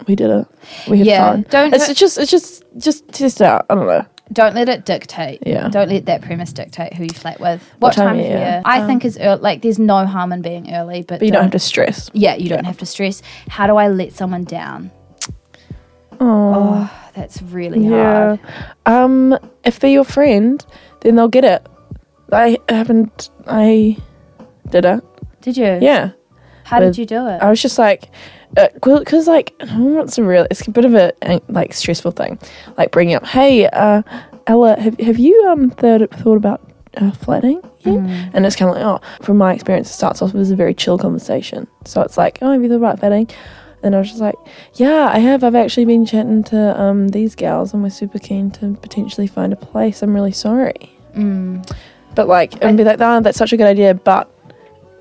Speaker 3: we did it. We had
Speaker 4: Yeah,
Speaker 3: fun.
Speaker 4: don't-
Speaker 3: It's, it's just, it's just, just test it out. I don't know.
Speaker 4: Don't let it dictate.
Speaker 3: Yeah.
Speaker 4: Don't let that premise dictate who you flat with. What, time, of year? I think is early. Like there's no harm in being early, but,
Speaker 3: But you don't have to stress.
Speaker 4: Yeah, you don't have to stress. How do I let someone down?
Speaker 3: Oh,
Speaker 4: Oh, that's really hard.
Speaker 3: yeah. Um, if they're your friend, then they'll get it. I haven't. I did it.
Speaker 4: Did you?
Speaker 3: Yeah.
Speaker 4: How
Speaker 3: with-
Speaker 4: did you do it?
Speaker 3: I was just like, because like, it's a real, it's a bit of a uh, like stressful thing, like bringing up, hey, uh, Ella, have, have you um thought thought about uh, flatting? yet?"
Speaker 4: Mm.
Speaker 3: And it's kind of like, oh, from my experience, it starts off as a very chill conversation. So it's like, oh, have you thought about flatting? And I was just like, yeah, I have. I've actually been chatting to um these gals, and we're super keen to potentially find a place. I'm really sorry,
Speaker 4: Mm.
Speaker 3: but like, and be like, ah, that's such a good idea, but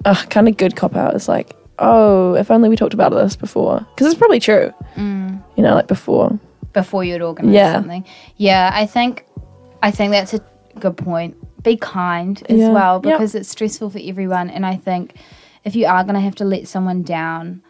Speaker 3: uh, kind of good cop out is like, oh, if only we talked about this before. Because it's probably true,
Speaker 4: Mm.
Speaker 3: you know, like before.
Speaker 4: Before you'd organize
Speaker 3: Yeah.
Speaker 4: something. Yeah, I think I think that's a good point. Be kind as
Speaker 3: Yeah.
Speaker 4: well
Speaker 3: Yeah.
Speaker 4: because it's stressful for everyone and I think if you are going to have to let someone down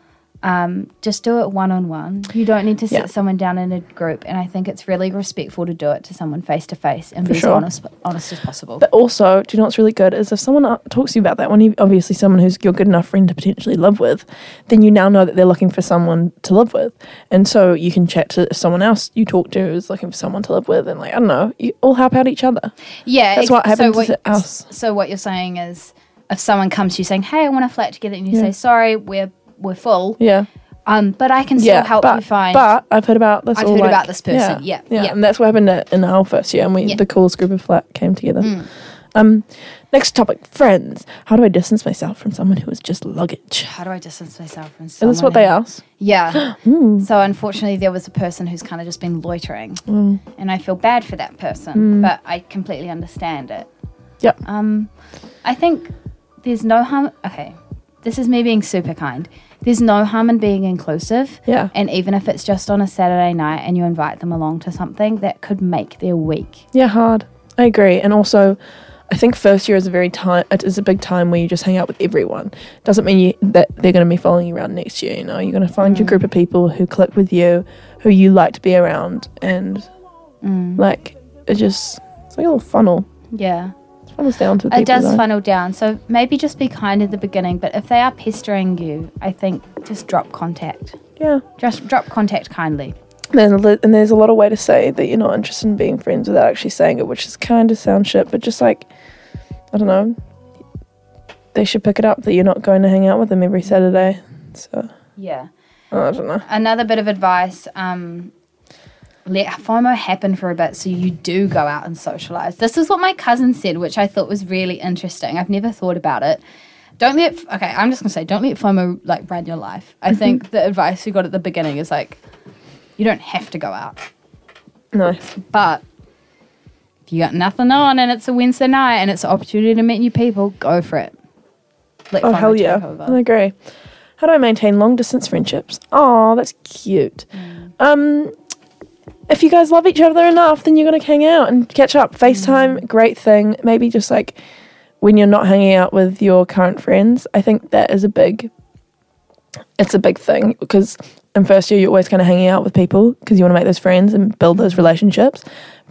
Speaker 4: um, just do it one on one. You don't need to sit
Speaker 3: Yeah.
Speaker 4: someone down in a group, and I think it's really respectful to do it to someone face to face and be
Speaker 3: sure.
Speaker 4: as honest, honest as possible.
Speaker 3: But also, do you know what's really good is if someone uh, talks to you about that, when you obviously someone who's your good enough friend to potentially live with, then you now know that they're looking for someone to live with, and so you can chat to someone else you talk to who's looking for someone to live with, and like I don't know, you all help out each other.
Speaker 4: Yeah,
Speaker 3: That's
Speaker 4: ex-
Speaker 3: what happened to us.
Speaker 4: So what you're saying is, if someone comes to you saying, "Hey, I want a flat together," and you
Speaker 3: Yeah.
Speaker 4: say, "Sorry, we're we're full,"
Speaker 3: Yeah,
Speaker 4: um, but I can still
Speaker 3: yeah.
Speaker 4: help
Speaker 3: but,
Speaker 4: you find.
Speaker 3: but I've heard about this.
Speaker 4: I've
Speaker 3: or,
Speaker 4: heard
Speaker 3: like-
Speaker 4: about this person. Yeah,
Speaker 3: yeah,
Speaker 4: yeah.
Speaker 3: and that's what happened at, in our first year, and we
Speaker 4: Yeah. Mm.
Speaker 3: the coolest group of flat came together. Um, Next topic friends. How do I distance myself from someone who is just luggage?
Speaker 4: How do I distance myself from
Speaker 3: Is
Speaker 4: someone?
Speaker 3: this what they Hmm.
Speaker 4: who-
Speaker 3: asked?
Speaker 4: Yeah. so unfortunately, there was a person who's kind of just been loitering,
Speaker 3: Hmm.
Speaker 4: and I feel bad for that person, but I completely understand it.
Speaker 3: Yep.
Speaker 4: Um, I think there's no harm. Okay, this is me being super kind. There's no harm in being inclusive.
Speaker 3: Yeah.
Speaker 4: And even if it's just on a Saturday night and you invite them along to something, that could make their week.
Speaker 3: Yeah, hard. I agree. And also, I think first year is a very time. It is a big time where you just hang out with everyone. Doesn't mean you, that they're going to be following you around next year. You know, you're going to find
Speaker 4: Mm.
Speaker 3: your group of people who click with you, who you like to be around, and like it just it's like a little funnel.
Speaker 4: Mm. Yeah.
Speaker 3: It funnels down to the
Speaker 4: It
Speaker 3: people
Speaker 4: does
Speaker 3: that I-
Speaker 4: funnel down. So maybe just be kind at the beginning, but if they are pestering you, I think just drop contact.
Speaker 3: Yeah.
Speaker 4: Just drop contact kindly.
Speaker 3: There's a li- and there's a lot of way to say that you're not interested in being friends without actually saying it, which is kind of sound shit, but just like, I don't know, they should pick it up that you're not going to hang out with them every Saturday. So,
Speaker 4: Yeah.
Speaker 3: Oh, I don't know.
Speaker 4: Another bit of advice um, let FOMO happen for a bit so you do go out and socialize. This is what my cousin said, which I thought was really interesting. I've never thought about it. Don't let, okay, I'm just gonna say, don't let FOMO like run your life.
Speaker 3: Mm-hmm.
Speaker 4: I think the advice we got at the beginning is like, you don't have to go out.
Speaker 3: Nice.
Speaker 4: But if you got nothing on and it's a Wednesday night and it's an opportunity to meet new people, go for it. Let
Speaker 3: Oh,
Speaker 4: FOMO
Speaker 3: hell
Speaker 4: take
Speaker 3: yeah. I
Speaker 4: over.
Speaker 3: agree. How do I maintain long distance friendships? Oh, that's cute.
Speaker 4: Mm.
Speaker 3: Um, if you guys love each other enough, then you're going to hang out and catch
Speaker 4: Mm.
Speaker 3: up. FaceTime, great thing. Maybe just like when you're not hanging out with your current friends, I think that is a big it's a big thing because in first year you're always kind of hanging out with people because you want to make those friends and build those relationships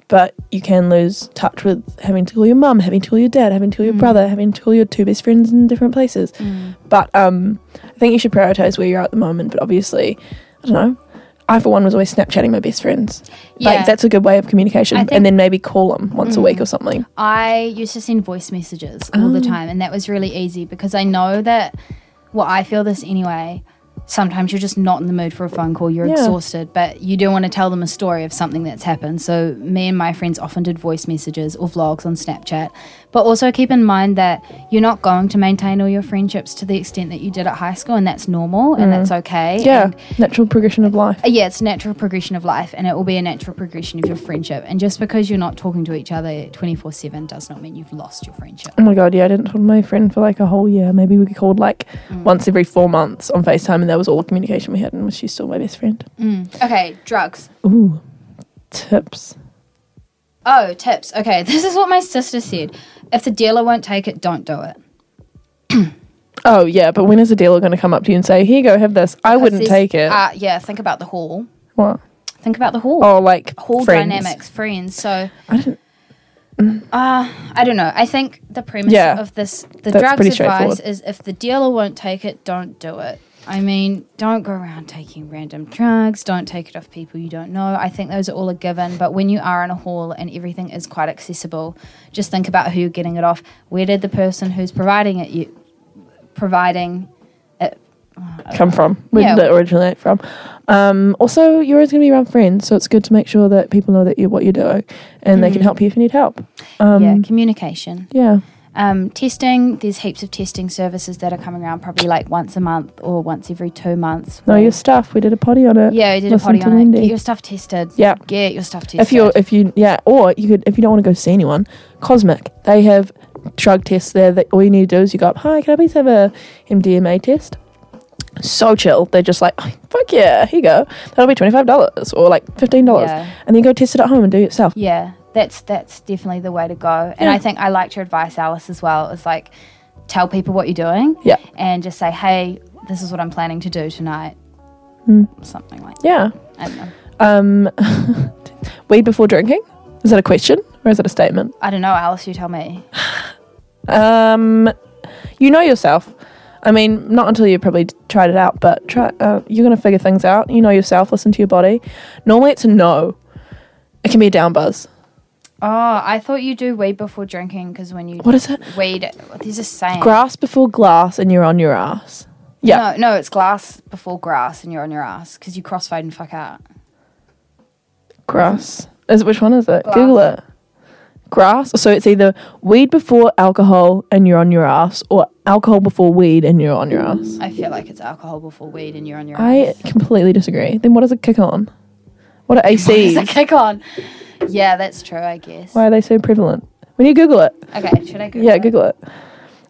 Speaker 3: but you can lose touch with having to call your mum having to call your dad having to call your
Speaker 4: Mm.
Speaker 3: brother having to call your two best friends in different places but um, i think you should prioritize where you're at the moment but obviously i don't know i for one was always snapchatting my best friends
Speaker 4: Yeah.
Speaker 3: like that's a good way of communication
Speaker 4: I think- Mm.
Speaker 3: and then maybe call them once a week or something
Speaker 4: I used to send voice messages all
Speaker 3: Oh.
Speaker 4: the time, and that was really easy because I know that, well, I feel this anyway. Sometimes you're just not in the mood for a phone call, you're
Speaker 3: Yeah.
Speaker 4: exhausted, but you do want to tell them a story of something that's happened. So, me and my friends often did voice messages or vlogs on Snapchat. But also keep in mind that you're not going to maintain all your friendships to the extent that you did at high school, and that's normal and that's okay.
Speaker 3: Mm. yeah
Speaker 4: And
Speaker 3: natural progression of life
Speaker 4: uh, Yeah, it's a natural progression of life, and it will be a natural progression of your friendship. And just because you're not talking to each other 24 7 does not mean you've lost your friendship.
Speaker 3: Oh my god, yeah, I didn't talk to my friend for like a whole year. Maybe we called like
Speaker 4: Mm.
Speaker 3: once every four months on FaceTime, and that was all the communication we had, and she's still my best friend.
Speaker 4: Mm. Okay, drugs.
Speaker 3: Ooh, tips.
Speaker 4: Oh, tips. Okay, this is what my sister said. If the dealer won't take it, don't do it.
Speaker 3: Oh, yeah, but when is a dealer going to come up to you and say, here you go, have this? I wouldn't
Speaker 4: This-
Speaker 3: take it.
Speaker 4: Uh, yeah, think about the hall.
Speaker 3: what?
Speaker 4: Think about the hall.
Speaker 3: Or like
Speaker 4: hall
Speaker 3: friends.
Speaker 4: dynamics, friends. So
Speaker 3: I didn't.
Speaker 4: Uh, I don't know. I think the premise
Speaker 3: Yeah.
Speaker 4: of this, the
Speaker 3: That's
Speaker 4: drugs
Speaker 3: pretty
Speaker 4: advice
Speaker 3: straightforward.
Speaker 4: is if the dealer won't take it, don't do it. I mean, don't go around taking random drugs. Don't take it off people you don't know. I think those are all a given. But when you are in a hall and everything is quite accessible, just think about who you're getting it off. Where did the person who's providing it you providing it?
Speaker 3: Come from. Where
Speaker 4: Yeah.
Speaker 3: did it originate from? Um, also, you're always going to be around friends, so it's good to make sure that people know that you what you're doing and they can help you if you need help. Um,
Speaker 4: Mm. yeah,
Speaker 3: yeah.
Speaker 4: communication. Um, testing. There's heaps of testing services that are coming around, probably like once a month or once every two months.
Speaker 3: Know
Speaker 4: or-
Speaker 3: your stuff. We did a potty on it.
Speaker 4: Yeah, we did
Speaker 3: Listen
Speaker 4: a potty
Speaker 3: to
Speaker 4: on
Speaker 3: Lindy.
Speaker 4: it. Get your stuff tested.
Speaker 3: Yeah.
Speaker 4: Get your stuff tested.
Speaker 3: if you're if you yeah or you could if you don't want to go see anyone cosmic they have drug tests there that all you need to do is you go up hi can i please have a mdma test so chill they're just like "Oh, fuck yeah here you go that'll be $25 or like $15
Speaker 4: Yeah.
Speaker 3: and then go test it at home and do it yourself
Speaker 4: yeah, that's that's definitely the way to go. And
Speaker 3: Yeah.
Speaker 4: I think I liked your advice, Alice, as well. It's like tell people what you're doing.
Speaker 3: Yeah.
Speaker 4: And just say, hey, this is what I'm planning to do tonight. Something like that.
Speaker 3: Mm, yeah
Speaker 4: I don't know.
Speaker 3: um weed before drinking is that a question or is that a statement
Speaker 4: I don't know, Alice. You tell me.
Speaker 3: Um, you know yourself. I mean, not until you probably t- tried it out, but try. Uh, you're gonna figure things out. You know yourself. Listen to your body. Normally, it's a no. It can be a down buzz.
Speaker 4: Oh, I thought you do weed before drinking because when you
Speaker 3: What is it?
Speaker 4: weed, there's a saying.
Speaker 3: Grass before glass, and you're on your ass. Yeah.
Speaker 4: No, no, it's glass before grass, and you're on your ass because you crossfade and fuck out.
Speaker 3: Grass. Is which one is it? Google it. grass. So it's either weed before alcohol and you're on your ass, or alcohol before weed and you're on your ass.
Speaker 4: I feel like it's alcohol before weed and you're on your own.
Speaker 3: I completely disagree. Then what is a kick on? What are
Speaker 4: It's a
Speaker 3: ACs?
Speaker 4: kick on. Yeah, that's true, I guess.
Speaker 3: Why are they so prevalent? When you Google it,
Speaker 4: Okay, should I Google
Speaker 3: yeah,
Speaker 4: it?
Speaker 3: Google it.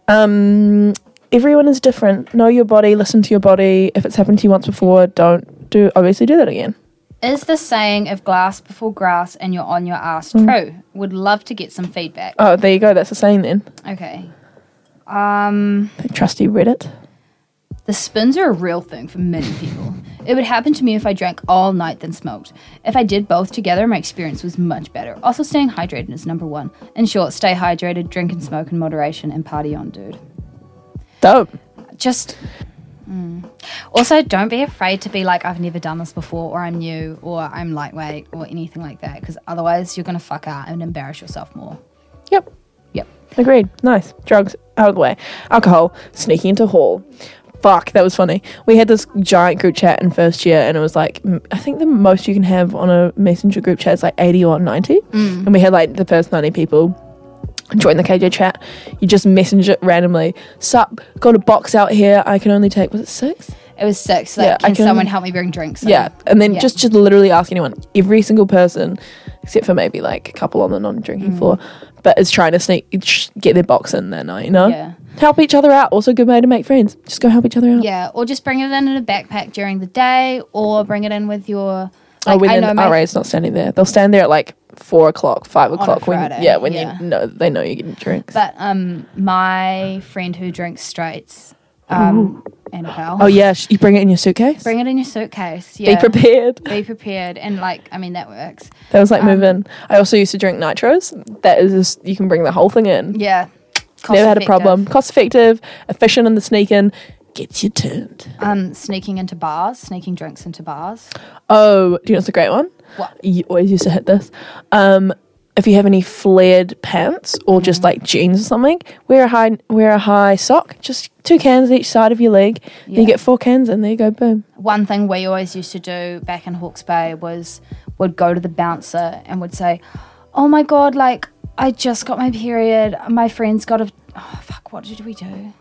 Speaker 3: Um, everyone is different. Know your body. Listen to your body. If it's happened to you once before, don't do. Obviously, do that again.
Speaker 4: Is the saying of glass before grass and you're on your ass
Speaker 3: Mm.
Speaker 4: true? Would love to get some feedback.
Speaker 3: Oh, there you go. That's the saying then.
Speaker 4: Okay. Um,
Speaker 3: Trusty Reddit.
Speaker 4: the spins are a real thing for many people. It would happen to me if I drank all night then smoked. If I did both together, my experience was much better. Also, staying hydrated is number one. In short, stay hydrated, drink and smoke in moderation, and party on, dude.
Speaker 3: Dope.
Speaker 4: Just. mm. Also, don't be afraid to be like, I've never done this before, or I'm new, or I'm lightweight, or anything like that, because otherwise you're going to fuck out and embarrass yourself more.
Speaker 3: Yep.
Speaker 4: Yep.
Speaker 3: Agreed. Nice. Drugs out of the way. Alcohol sneaking into hall. Fuck, that was funny. We had this giant group chat in first year, and it was like m- I think the most you can have on a messenger group chat is like eighty or ninety, and we had like the first ninety people join the KJ chat. You just message it randomly. Sup, got a box out here. I can only take was it six?
Speaker 4: It was six. Like,
Speaker 3: Yeah, I
Speaker 4: can,
Speaker 3: can-
Speaker 4: someone help me bring drinks? in?
Speaker 3: Yeah, and then
Speaker 4: Yeah.
Speaker 3: just just literally ask anyone, every single person, except for maybe like a couple on the non-drinking
Speaker 4: Mm.
Speaker 3: floor, but is trying to sneak sh- get their box in that night. You know,
Speaker 4: Yeah.
Speaker 3: help each other out. Also, a good way to make friends. Just go help each other out.
Speaker 4: Yeah, or just bring it in in a backpack during the day, or bring it in with your.
Speaker 3: Oh,
Speaker 4: Like,
Speaker 3: when
Speaker 4: I
Speaker 3: the
Speaker 4: know my-
Speaker 3: RA's not standing there, they'll stand there at like four o'clock, five o'clock. When
Speaker 4: Friday,
Speaker 3: yeah, when
Speaker 4: yeah.
Speaker 3: you know they know you're getting drinks.
Speaker 4: But um, my friend who drinks straights, um, and a pal,
Speaker 3: oh yeah, sh- you bring it in your suitcase.
Speaker 4: bring it in your suitcase.
Speaker 3: Be
Speaker 4: Yeah,
Speaker 3: prepared.
Speaker 4: Be prepared, and like I mean that works.
Speaker 3: That was like
Speaker 4: Um,
Speaker 3: moving. I also used to drink nitros. That is, just, you can bring the whole thing in.
Speaker 4: Yeah, cost
Speaker 3: Never had a
Speaker 4: effective.
Speaker 3: problem. Cost effective, efficient in the sneak in, gets you turned.
Speaker 4: Um, sneaking into bars, sneaking drinks into bars.
Speaker 3: Oh, do you know it's a great one?
Speaker 4: What?
Speaker 3: You always used to hit this. Um, if you have any flared pants or just
Speaker 4: Mm-hmm.
Speaker 3: like jeans or something, wear a high wear a high sock. Just two cans each side of your leg. Then
Speaker 4: Yeah.
Speaker 3: You get four cans and there you go, boom.
Speaker 4: one thing we always used to do back in Hawke's Bay was would go to the bouncer and would say, "Oh my god, like I just got my period. My friend's got a oh fuck. What did we do?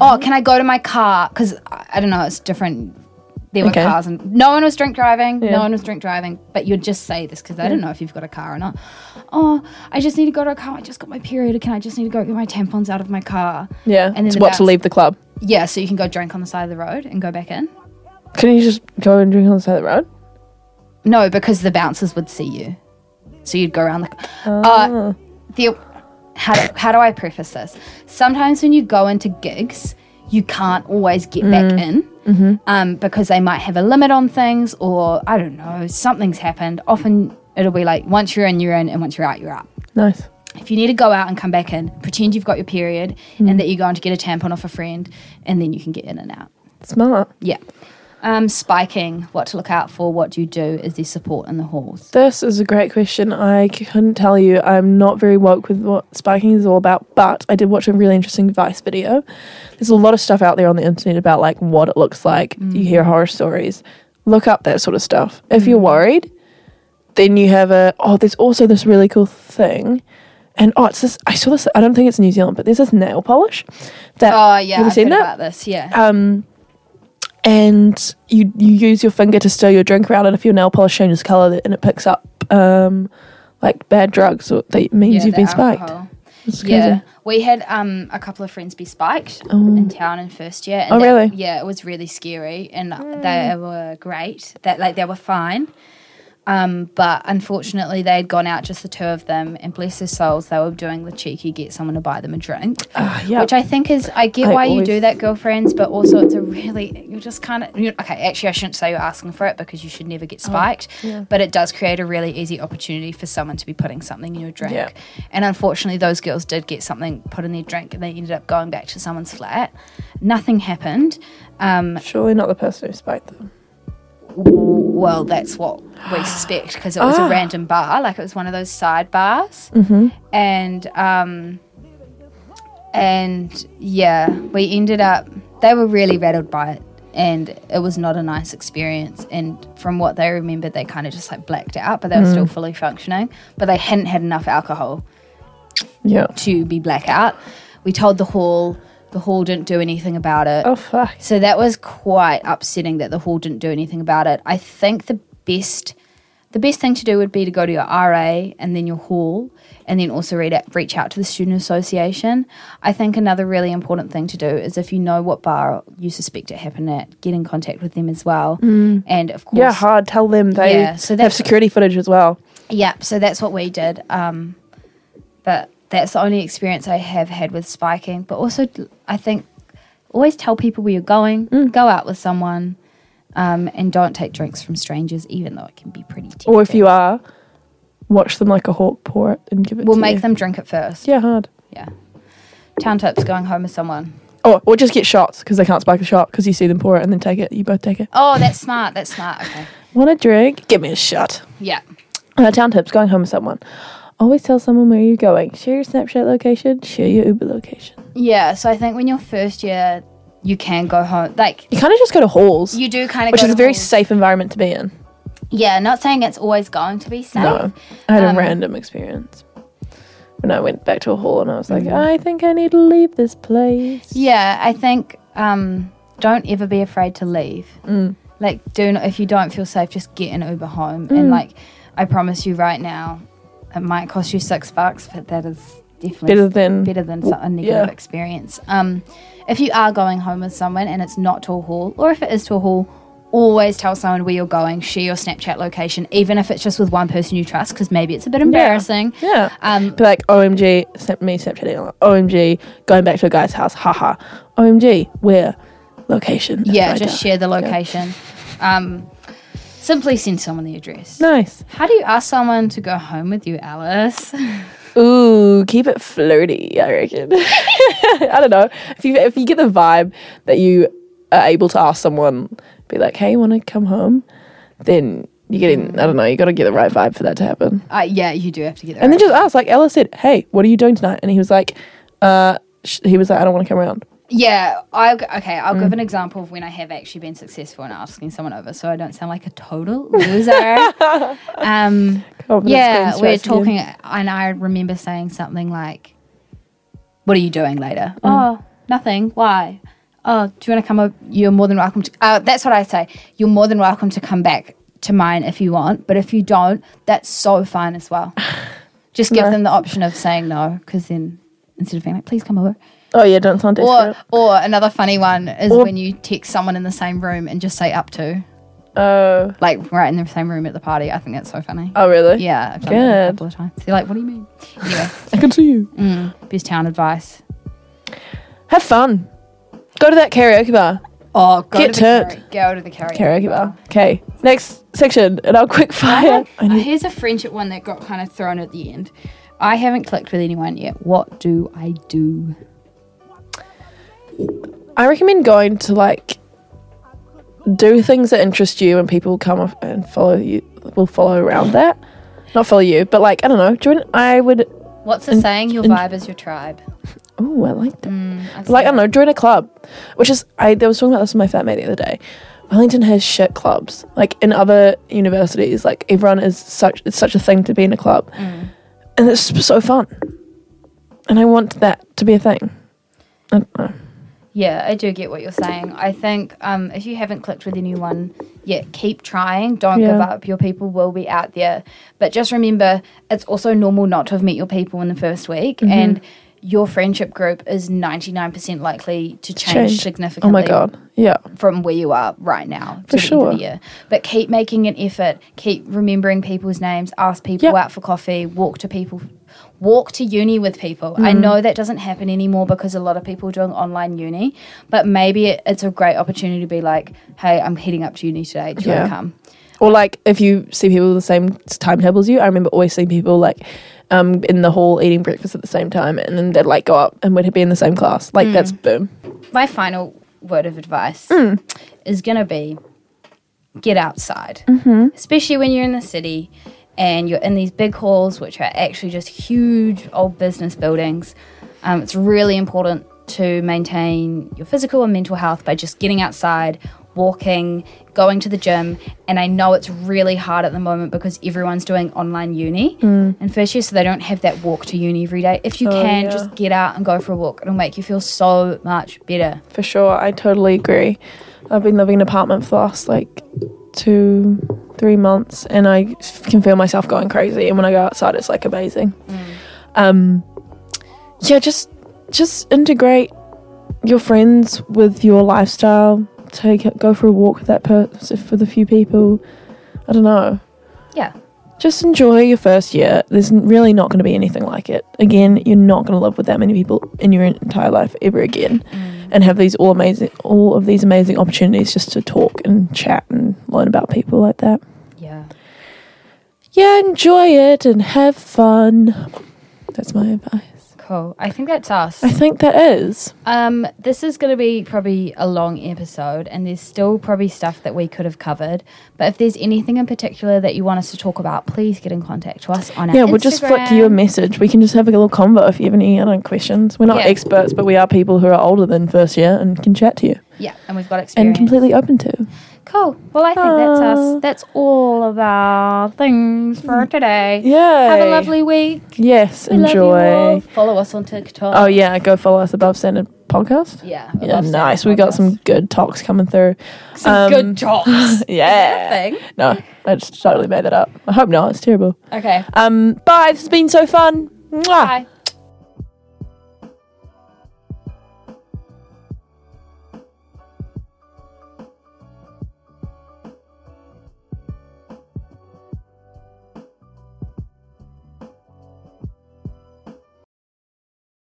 Speaker 4: Oh, can I go to my car? Because I, I don't know. It's different. There were
Speaker 3: Okay.
Speaker 4: cars and no one was drink driving.
Speaker 3: Yeah.
Speaker 4: No one was drink driving. But you'd just say this because they don't know if you've got a car or not. Oh, I just need to go to a car. I just got my period. Can I just need to go get my tampons out of my car?
Speaker 3: Yeah.
Speaker 4: And then
Speaker 3: it's
Speaker 4: the
Speaker 3: what to
Speaker 4: bounce-
Speaker 3: leave the club.
Speaker 4: Yeah, so you can go drink on the side of the road and go back in.
Speaker 3: Couldn't you just go and drink on the side of the road?
Speaker 4: No, because the bouncers would see you. So you'd go around the. Uh, the how, do, how do I preface this? Sometimes when you go into gigs, you can't always get back in um, because they might have a limit on things or I don't know, something's happened. Often it'll be like once you're in, you're in, and once you're out, you're out.
Speaker 3: Nice.
Speaker 4: If you need to go out and come back in, pretend you've got your period and that you're going to get a tampon off a friend and then you can get in and out.
Speaker 3: Smart.
Speaker 4: Yeah. Um, spiking, what to look out for, what do you do, is there support in the halls?
Speaker 3: This is a great question. I c- couldn't tell you. I'm not very woke with what spiking is all about, but I did watch a really interesting Vice video. There's a lot of stuff out there on the internet about like what it looks like. You hear horror stories. Look up that sort of stuff. If you're worried, then you have a oh. There's also this really cool thing, and oh, it's this. I saw this. I don't think it's in New Zealand, but there's this nail polish. That
Speaker 4: Oh yeah,
Speaker 3: have you
Speaker 4: I've
Speaker 3: seen
Speaker 4: heard
Speaker 3: that?
Speaker 4: about this. Yeah,
Speaker 3: um, and you you use your finger to stir your drink around, and if your nail polish changes color, and it picks up um, like bad drugs, or that means
Speaker 4: yeah,
Speaker 3: you've
Speaker 4: the
Speaker 3: been spiked.
Speaker 4: alcohol.
Speaker 3: It's crazy.
Speaker 4: Yeah, we had um a couple of friends be spiked in town in first year. And
Speaker 3: Oh,
Speaker 4: that-
Speaker 3: really? Oh.
Speaker 4: Yeah, it was really scary, and they were great. That like they were fine. Um, but unfortunately, they had gone out just the two of them, and bless their souls, they were doing the cheeky get someone to buy them a drink,
Speaker 3: Ah, yeah.
Speaker 4: which I think is I get
Speaker 3: I
Speaker 4: why you
Speaker 3: always-
Speaker 4: do that, girlfriends, but also it's a really you're just kind of you okay. Actually, I shouldn't say you're asking for it because you should never
Speaker 3: Oh,
Speaker 4: get spiked, but it does create a really easy opportunity for someone to be putting something in your drink.
Speaker 3: Yeah.
Speaker 4: And unfortunately, those girls did get something put in their drink, and they ended up going back to someone's flat. Nothing happened. Um,
Speaker 3: Surely not the person who spiked them.
Speaker 4: well, that's what we suspect because it was a random bar, like it was one of those side bars, and um, and yeah, we ended up. They were really rattled by it, and it was not a nice experience. And from what they remembered, they kind of just like blacked out, but they were still fully functioning, but they hadn't had enough alcohol
Speaker 3: Yeah.
Speaker 4: to be blackout. We told the hall. The hall didn't do anything about it.
Speaker 3: Oh fuck.
Speaker 4: So that was quite upsetting that the hall didn't do anything about it. I think the best the best thing to do would be to go to your RA and then your hall and then also read out, reach out to the student association. I think another really important thing to do is if you know what bar you suspect it happened at, get in contact with them as well. And of course
Speaker 3: Yeah, hard. Tell them they
Speaker 4: Yeah, so
Speaker 3: have
Speaker 4: that's-
Speaker 3: security footage as well.
Speaker 4: yeah, so that's what we did. Um, but that's the only experience I have had with spiking. But also, I think always tell people where you're going,
Speaker 3: Mm.
Speaker 4: go out with someone, um, and don't take drinks from strangers, even though it can be pretty tempting.
Speaker 3: Or if you are, watch them like a hawk pour it and give it
Speaker 4: we'll
Speaker 3: to
Speaker 4: make
Speaker 3: you.
Speaker 4: them drink it first.
Speaker 3: Yeah, hard.
Speaker 4: Yeah. Town tips going home with someone.
Speaker 3: Or, or just get shots because they can't spike a shot because you see them pour it and then take it. You both take it.
Speaker 4: Oh, that's smart. That's smart. Okay.
Speaker 3: Want a drink? Give me a shot.
Speaker 4: Yeah.
Speaker 3: Uh, town tips going home with someone. Always tell someone where you're going. Share your Snapchat location, share your Uber location.
Speaker 4: Yeah. So I think when you're first year, you can go home. Like,
Speaker 3: You kind of just go to halls,
Speaker 4: you do kind of
Speaker 3: which
Speaker 4: go
Speaker 3: is
Speaker 4: to
Speaker 3: a very
Speaker 4: halls.
Speaker 3: safe environment to be in.
Speaker 4: Yeah, not saying it's always going to be safe.
Speaker 3: No, I had
Speaker 4: Um,
Speaker 3: a random experience when I went back to a hall and I was like, I think I need to leave this place.
Speaker 4: Mm. Yeah, I think um, don't ever be afraid to leave.
Speaker 3: Mm.
Speaker 4: Like, do not, if you don't feel safe, just get an Uber home.
Speaker 3: Mm.
Speaker 4: And like, I promise you right now, it might cost you six bucks, but that is definitely
Speaker 3: Better than
Speaker 4: better than so- a negative
Speaker 3: yeah.
Speaker 4: experience. Um, if you are going home with someone and it's not to a hall, or if it is to a hall, always tell someone where you're going. Share your Snapchat location, even if it's just with one person you trust, because maybe it's a bit embarrassing.
Speaker 3: Yeah.
Speaker 4: Um,
Speaker 3: Be like, OMG, sent me Snapchatting. Like, OMG, going back to a guy's house. Haha. OMG, where? Location. That's
Speaker 4: yeah,
Speaker 3: what I
Speaker 4: just
Speaker 3: done.
Speaker 4: share the location. Um, simply send someone the address.
Speaker 3: Nice.
Speaker 4: How do you ask someone to go home with you, Alice?
Speaker 3: Ooh, keep it flirty. I reckon. I don't know. If you if you get the vibe that you are able to ask someone, be like, hey, want to come home? Then you get in. I don't know. You got to get the right vibe for that to happen.
Speaker 4: Uh, yeah, you do have to get there.
Speaker 3: And then just ask. Like Ella said, hey, what are you doing tonight? And he was like, uh, sh- he was like, I don't want to come around.
Speaker 4: yeah, I okay. I'll give an example of when I have actually been successful in asking someone over, so I don't sound like a total loser. um,
Speaker 3: Confidence
Speaker 4: yeah,
Speaker 3: going
Speaker 4: we're
Speaker 3: strikes again.
Speaker 4: talking, and I remember saying something like, "What are you doing later?" Oh, nothing. Why? Oh, do you want to come? Over? You're more than welcome to. Uh, that's what I say. You're more than welcome to come back to mine if you want, but if you don't, that's so fine as well. Just give them the option of saying no, because then instead of being like, "Please come over,"
Speaker 3: Oh yeah, don't sound desperate.
Speaker 4: or or another funny one is when you text someone in the same room and just say "up to,"
Speaker 3: Oh,
Speaker 4: like right in the same room at the party. I think that's so funny.
Speaker 3: oh really?
Speaker 4: Yeah, I've done that a
Speaker 3: Good.
Speaker 4: couple of times. They're like, "What do you mean?" Anyway,
Speaker 3: I
Speaker 4: Mm,
Speaker 3: can see you.
Speaker 4: best town advice.
Speaker 3: Have fun. Go to that karaoke bar.
Speaker 4: Oh, go
Speaker 3: Get
Speaker 4: to the
Speaker 3: turned.
Speaker 4: karaoke. Go to the karaoke.
Speaker 3: Karaoke bar. Okay. Next section in our quick fire.
Speaker 4: Oh, here's a friendship one that got kind of thrown at the end. I haven't clicked with anyone yet. What do I do?
Speaker 3: I recommend going to like do things that interest you, and people come up and follow you. Will follow around that. Not follow you, but like I don't know. Join. I would.
Speaker 4: What's the saying? Your vibe is your tribe.
Speaker 3: Oh, I like that.
Speaker 4: I've
Speaker 3: But, like I don't
Speaker 4: seen
Speaker 3: know, join a club, which is I. They was talking about this with my flatmate the other day. Wellington has shit clubs. Like in other universities, like everyone is such it's such a thing to be in a club,
Speaker 4: Mm.
Speaker 3: and it's so fun. And I want that to be a thing. I don't know.
Speaker 4: Yeah, I do get what you're saying. I think um, if you haven't clicked with anyone yet, keep trying. Don't give
Speaker 3: Yeah.
Speaker 4: up. Your people will be out there. But just remember, it's also normal not to have met your people in the first week.
Speaker 3: Mm-hmm.
Speaker 4: And your friendship group is 99% likely to change,
Speaker 3: Change.
Speaker 4: significantly
Speaker 3: Oh my god, yeah,
Speaker 4: from where you are right now
Speaker 3: For
Speaker 4: to the end
Speaker 3: sure.
Speaker 4: of the year. But keep making an effort. Keep remembering people's names. Ask people
Speaker 3: Yep.
Speaker 4: out for coffee. Walk to people. Walk to uni with people.
Speaker 3: Mm-hmm.
Speaker 4: I know that doesn't happen anymore because a lot of people are doing online uni. But maybe it, it's a great opportunity to be like, "Hey, I'm heading up to uni today. Do you
Speaker 3: Yeah.
Speaker 4: want to come?"
Speaker 3: Or like if you see people with the same timetable as you, I remember always seeing people like um in the hall eating breakfast at the same time, and then they'd like go up and would be in the same class. Like that's boom.
Speaker 4: My final word of advice
Speaker 3: Mm.
Speaker 4: is going to be get outside, especially when you're in the city and you're in these big halls, which are actually just huge old business buildings. Um, it's really important to maintain your physical and mental health by just getting outside, walking, going to the gym. And I know it's really hard at the moment because everyone's doing online uni in first year, so they don't have that walk to uni every day. If you can,
Speaker 3: yeah.
Speaker 4: just get out and go for a walk. It'll make you feel so much better.
Speaker 3: For sure, I totally agree. I've been living in an apartment for the last like two, three months, and I can feel myself going crazy. And when I go outside, it's like amazing. Um, yeah, just just integrate your friends with your lifestyle. Take go for a walk with that person for the few people. I don't know.
Speaker 4: Yeah.
Speaker 3: Just enjoy your first year. There's n- really not going to be anything like it. Again, you're not going to live with that many people in your entire life ever again and have these all amazing all of these amazing opportunities just to talk and chat and learn about people like that.
Speaker 4: Yeah.
Speaker 3: Yeah, enjoy it and have fun. That's my advice.
Speaker 4: Cool. I think that's us.
Speaker 3: I think that is.
Speaker 4: Um, this is going to be probably a long episode, and there's still probably stuff that we could have covered. But if there's anything in particular that you want us to talk about, please get in contact with us on our
Speaker 3: Yeah, we'll just flick you a
Speaker 4: Instagram.
Speaker 3: message. We can just have a little convo if you have any other questions. We're not
Speaker 4: Yeah.
Speaker 3: experts, but we are people who are older than first year and can chat to you
Speaker 4: Yeah, and we've got
Speaker 3: and
Speaker 4: experience.
Speaker 3: completely Ah. open to.
Speaker 4: cool. Well, I think that's
Speaker 3: Aw.
Speaker 4: us. That's all of our things
Speaker 3: Mm.
Speaker 4: for today.
Speaker 3: Yeah.
Speaker 4: Have a lovely week.
Speaker 3: Yes,
Speaker 4: We love you all.
Speaker 3: enjoy.
Speaker 4: Follow us on TikTok.
Speaker 3: Oh yeah, go follow us above standard podcast.
Speaker 4: yeah.
Speaker 3: Yeah,
Speaker 4: above
Speaker 3: nice.
Speaker 4: standard
Speaker 3: We got some
Speaker 4: podcast.
Speaker 3: good talks coming through.
Speaker 4: some
Speaker 3: um,
Speaker 4: good talks.
Speaker 3: Yeah.
Speaker 4: Thing.
Speaker 3: No, I just totally made that up. I hope not. It's terrible.
Speaker 4: Okay.
Speaker 3: Um, bye. This has been so fun. Mwah.
Speaker 4: Bye.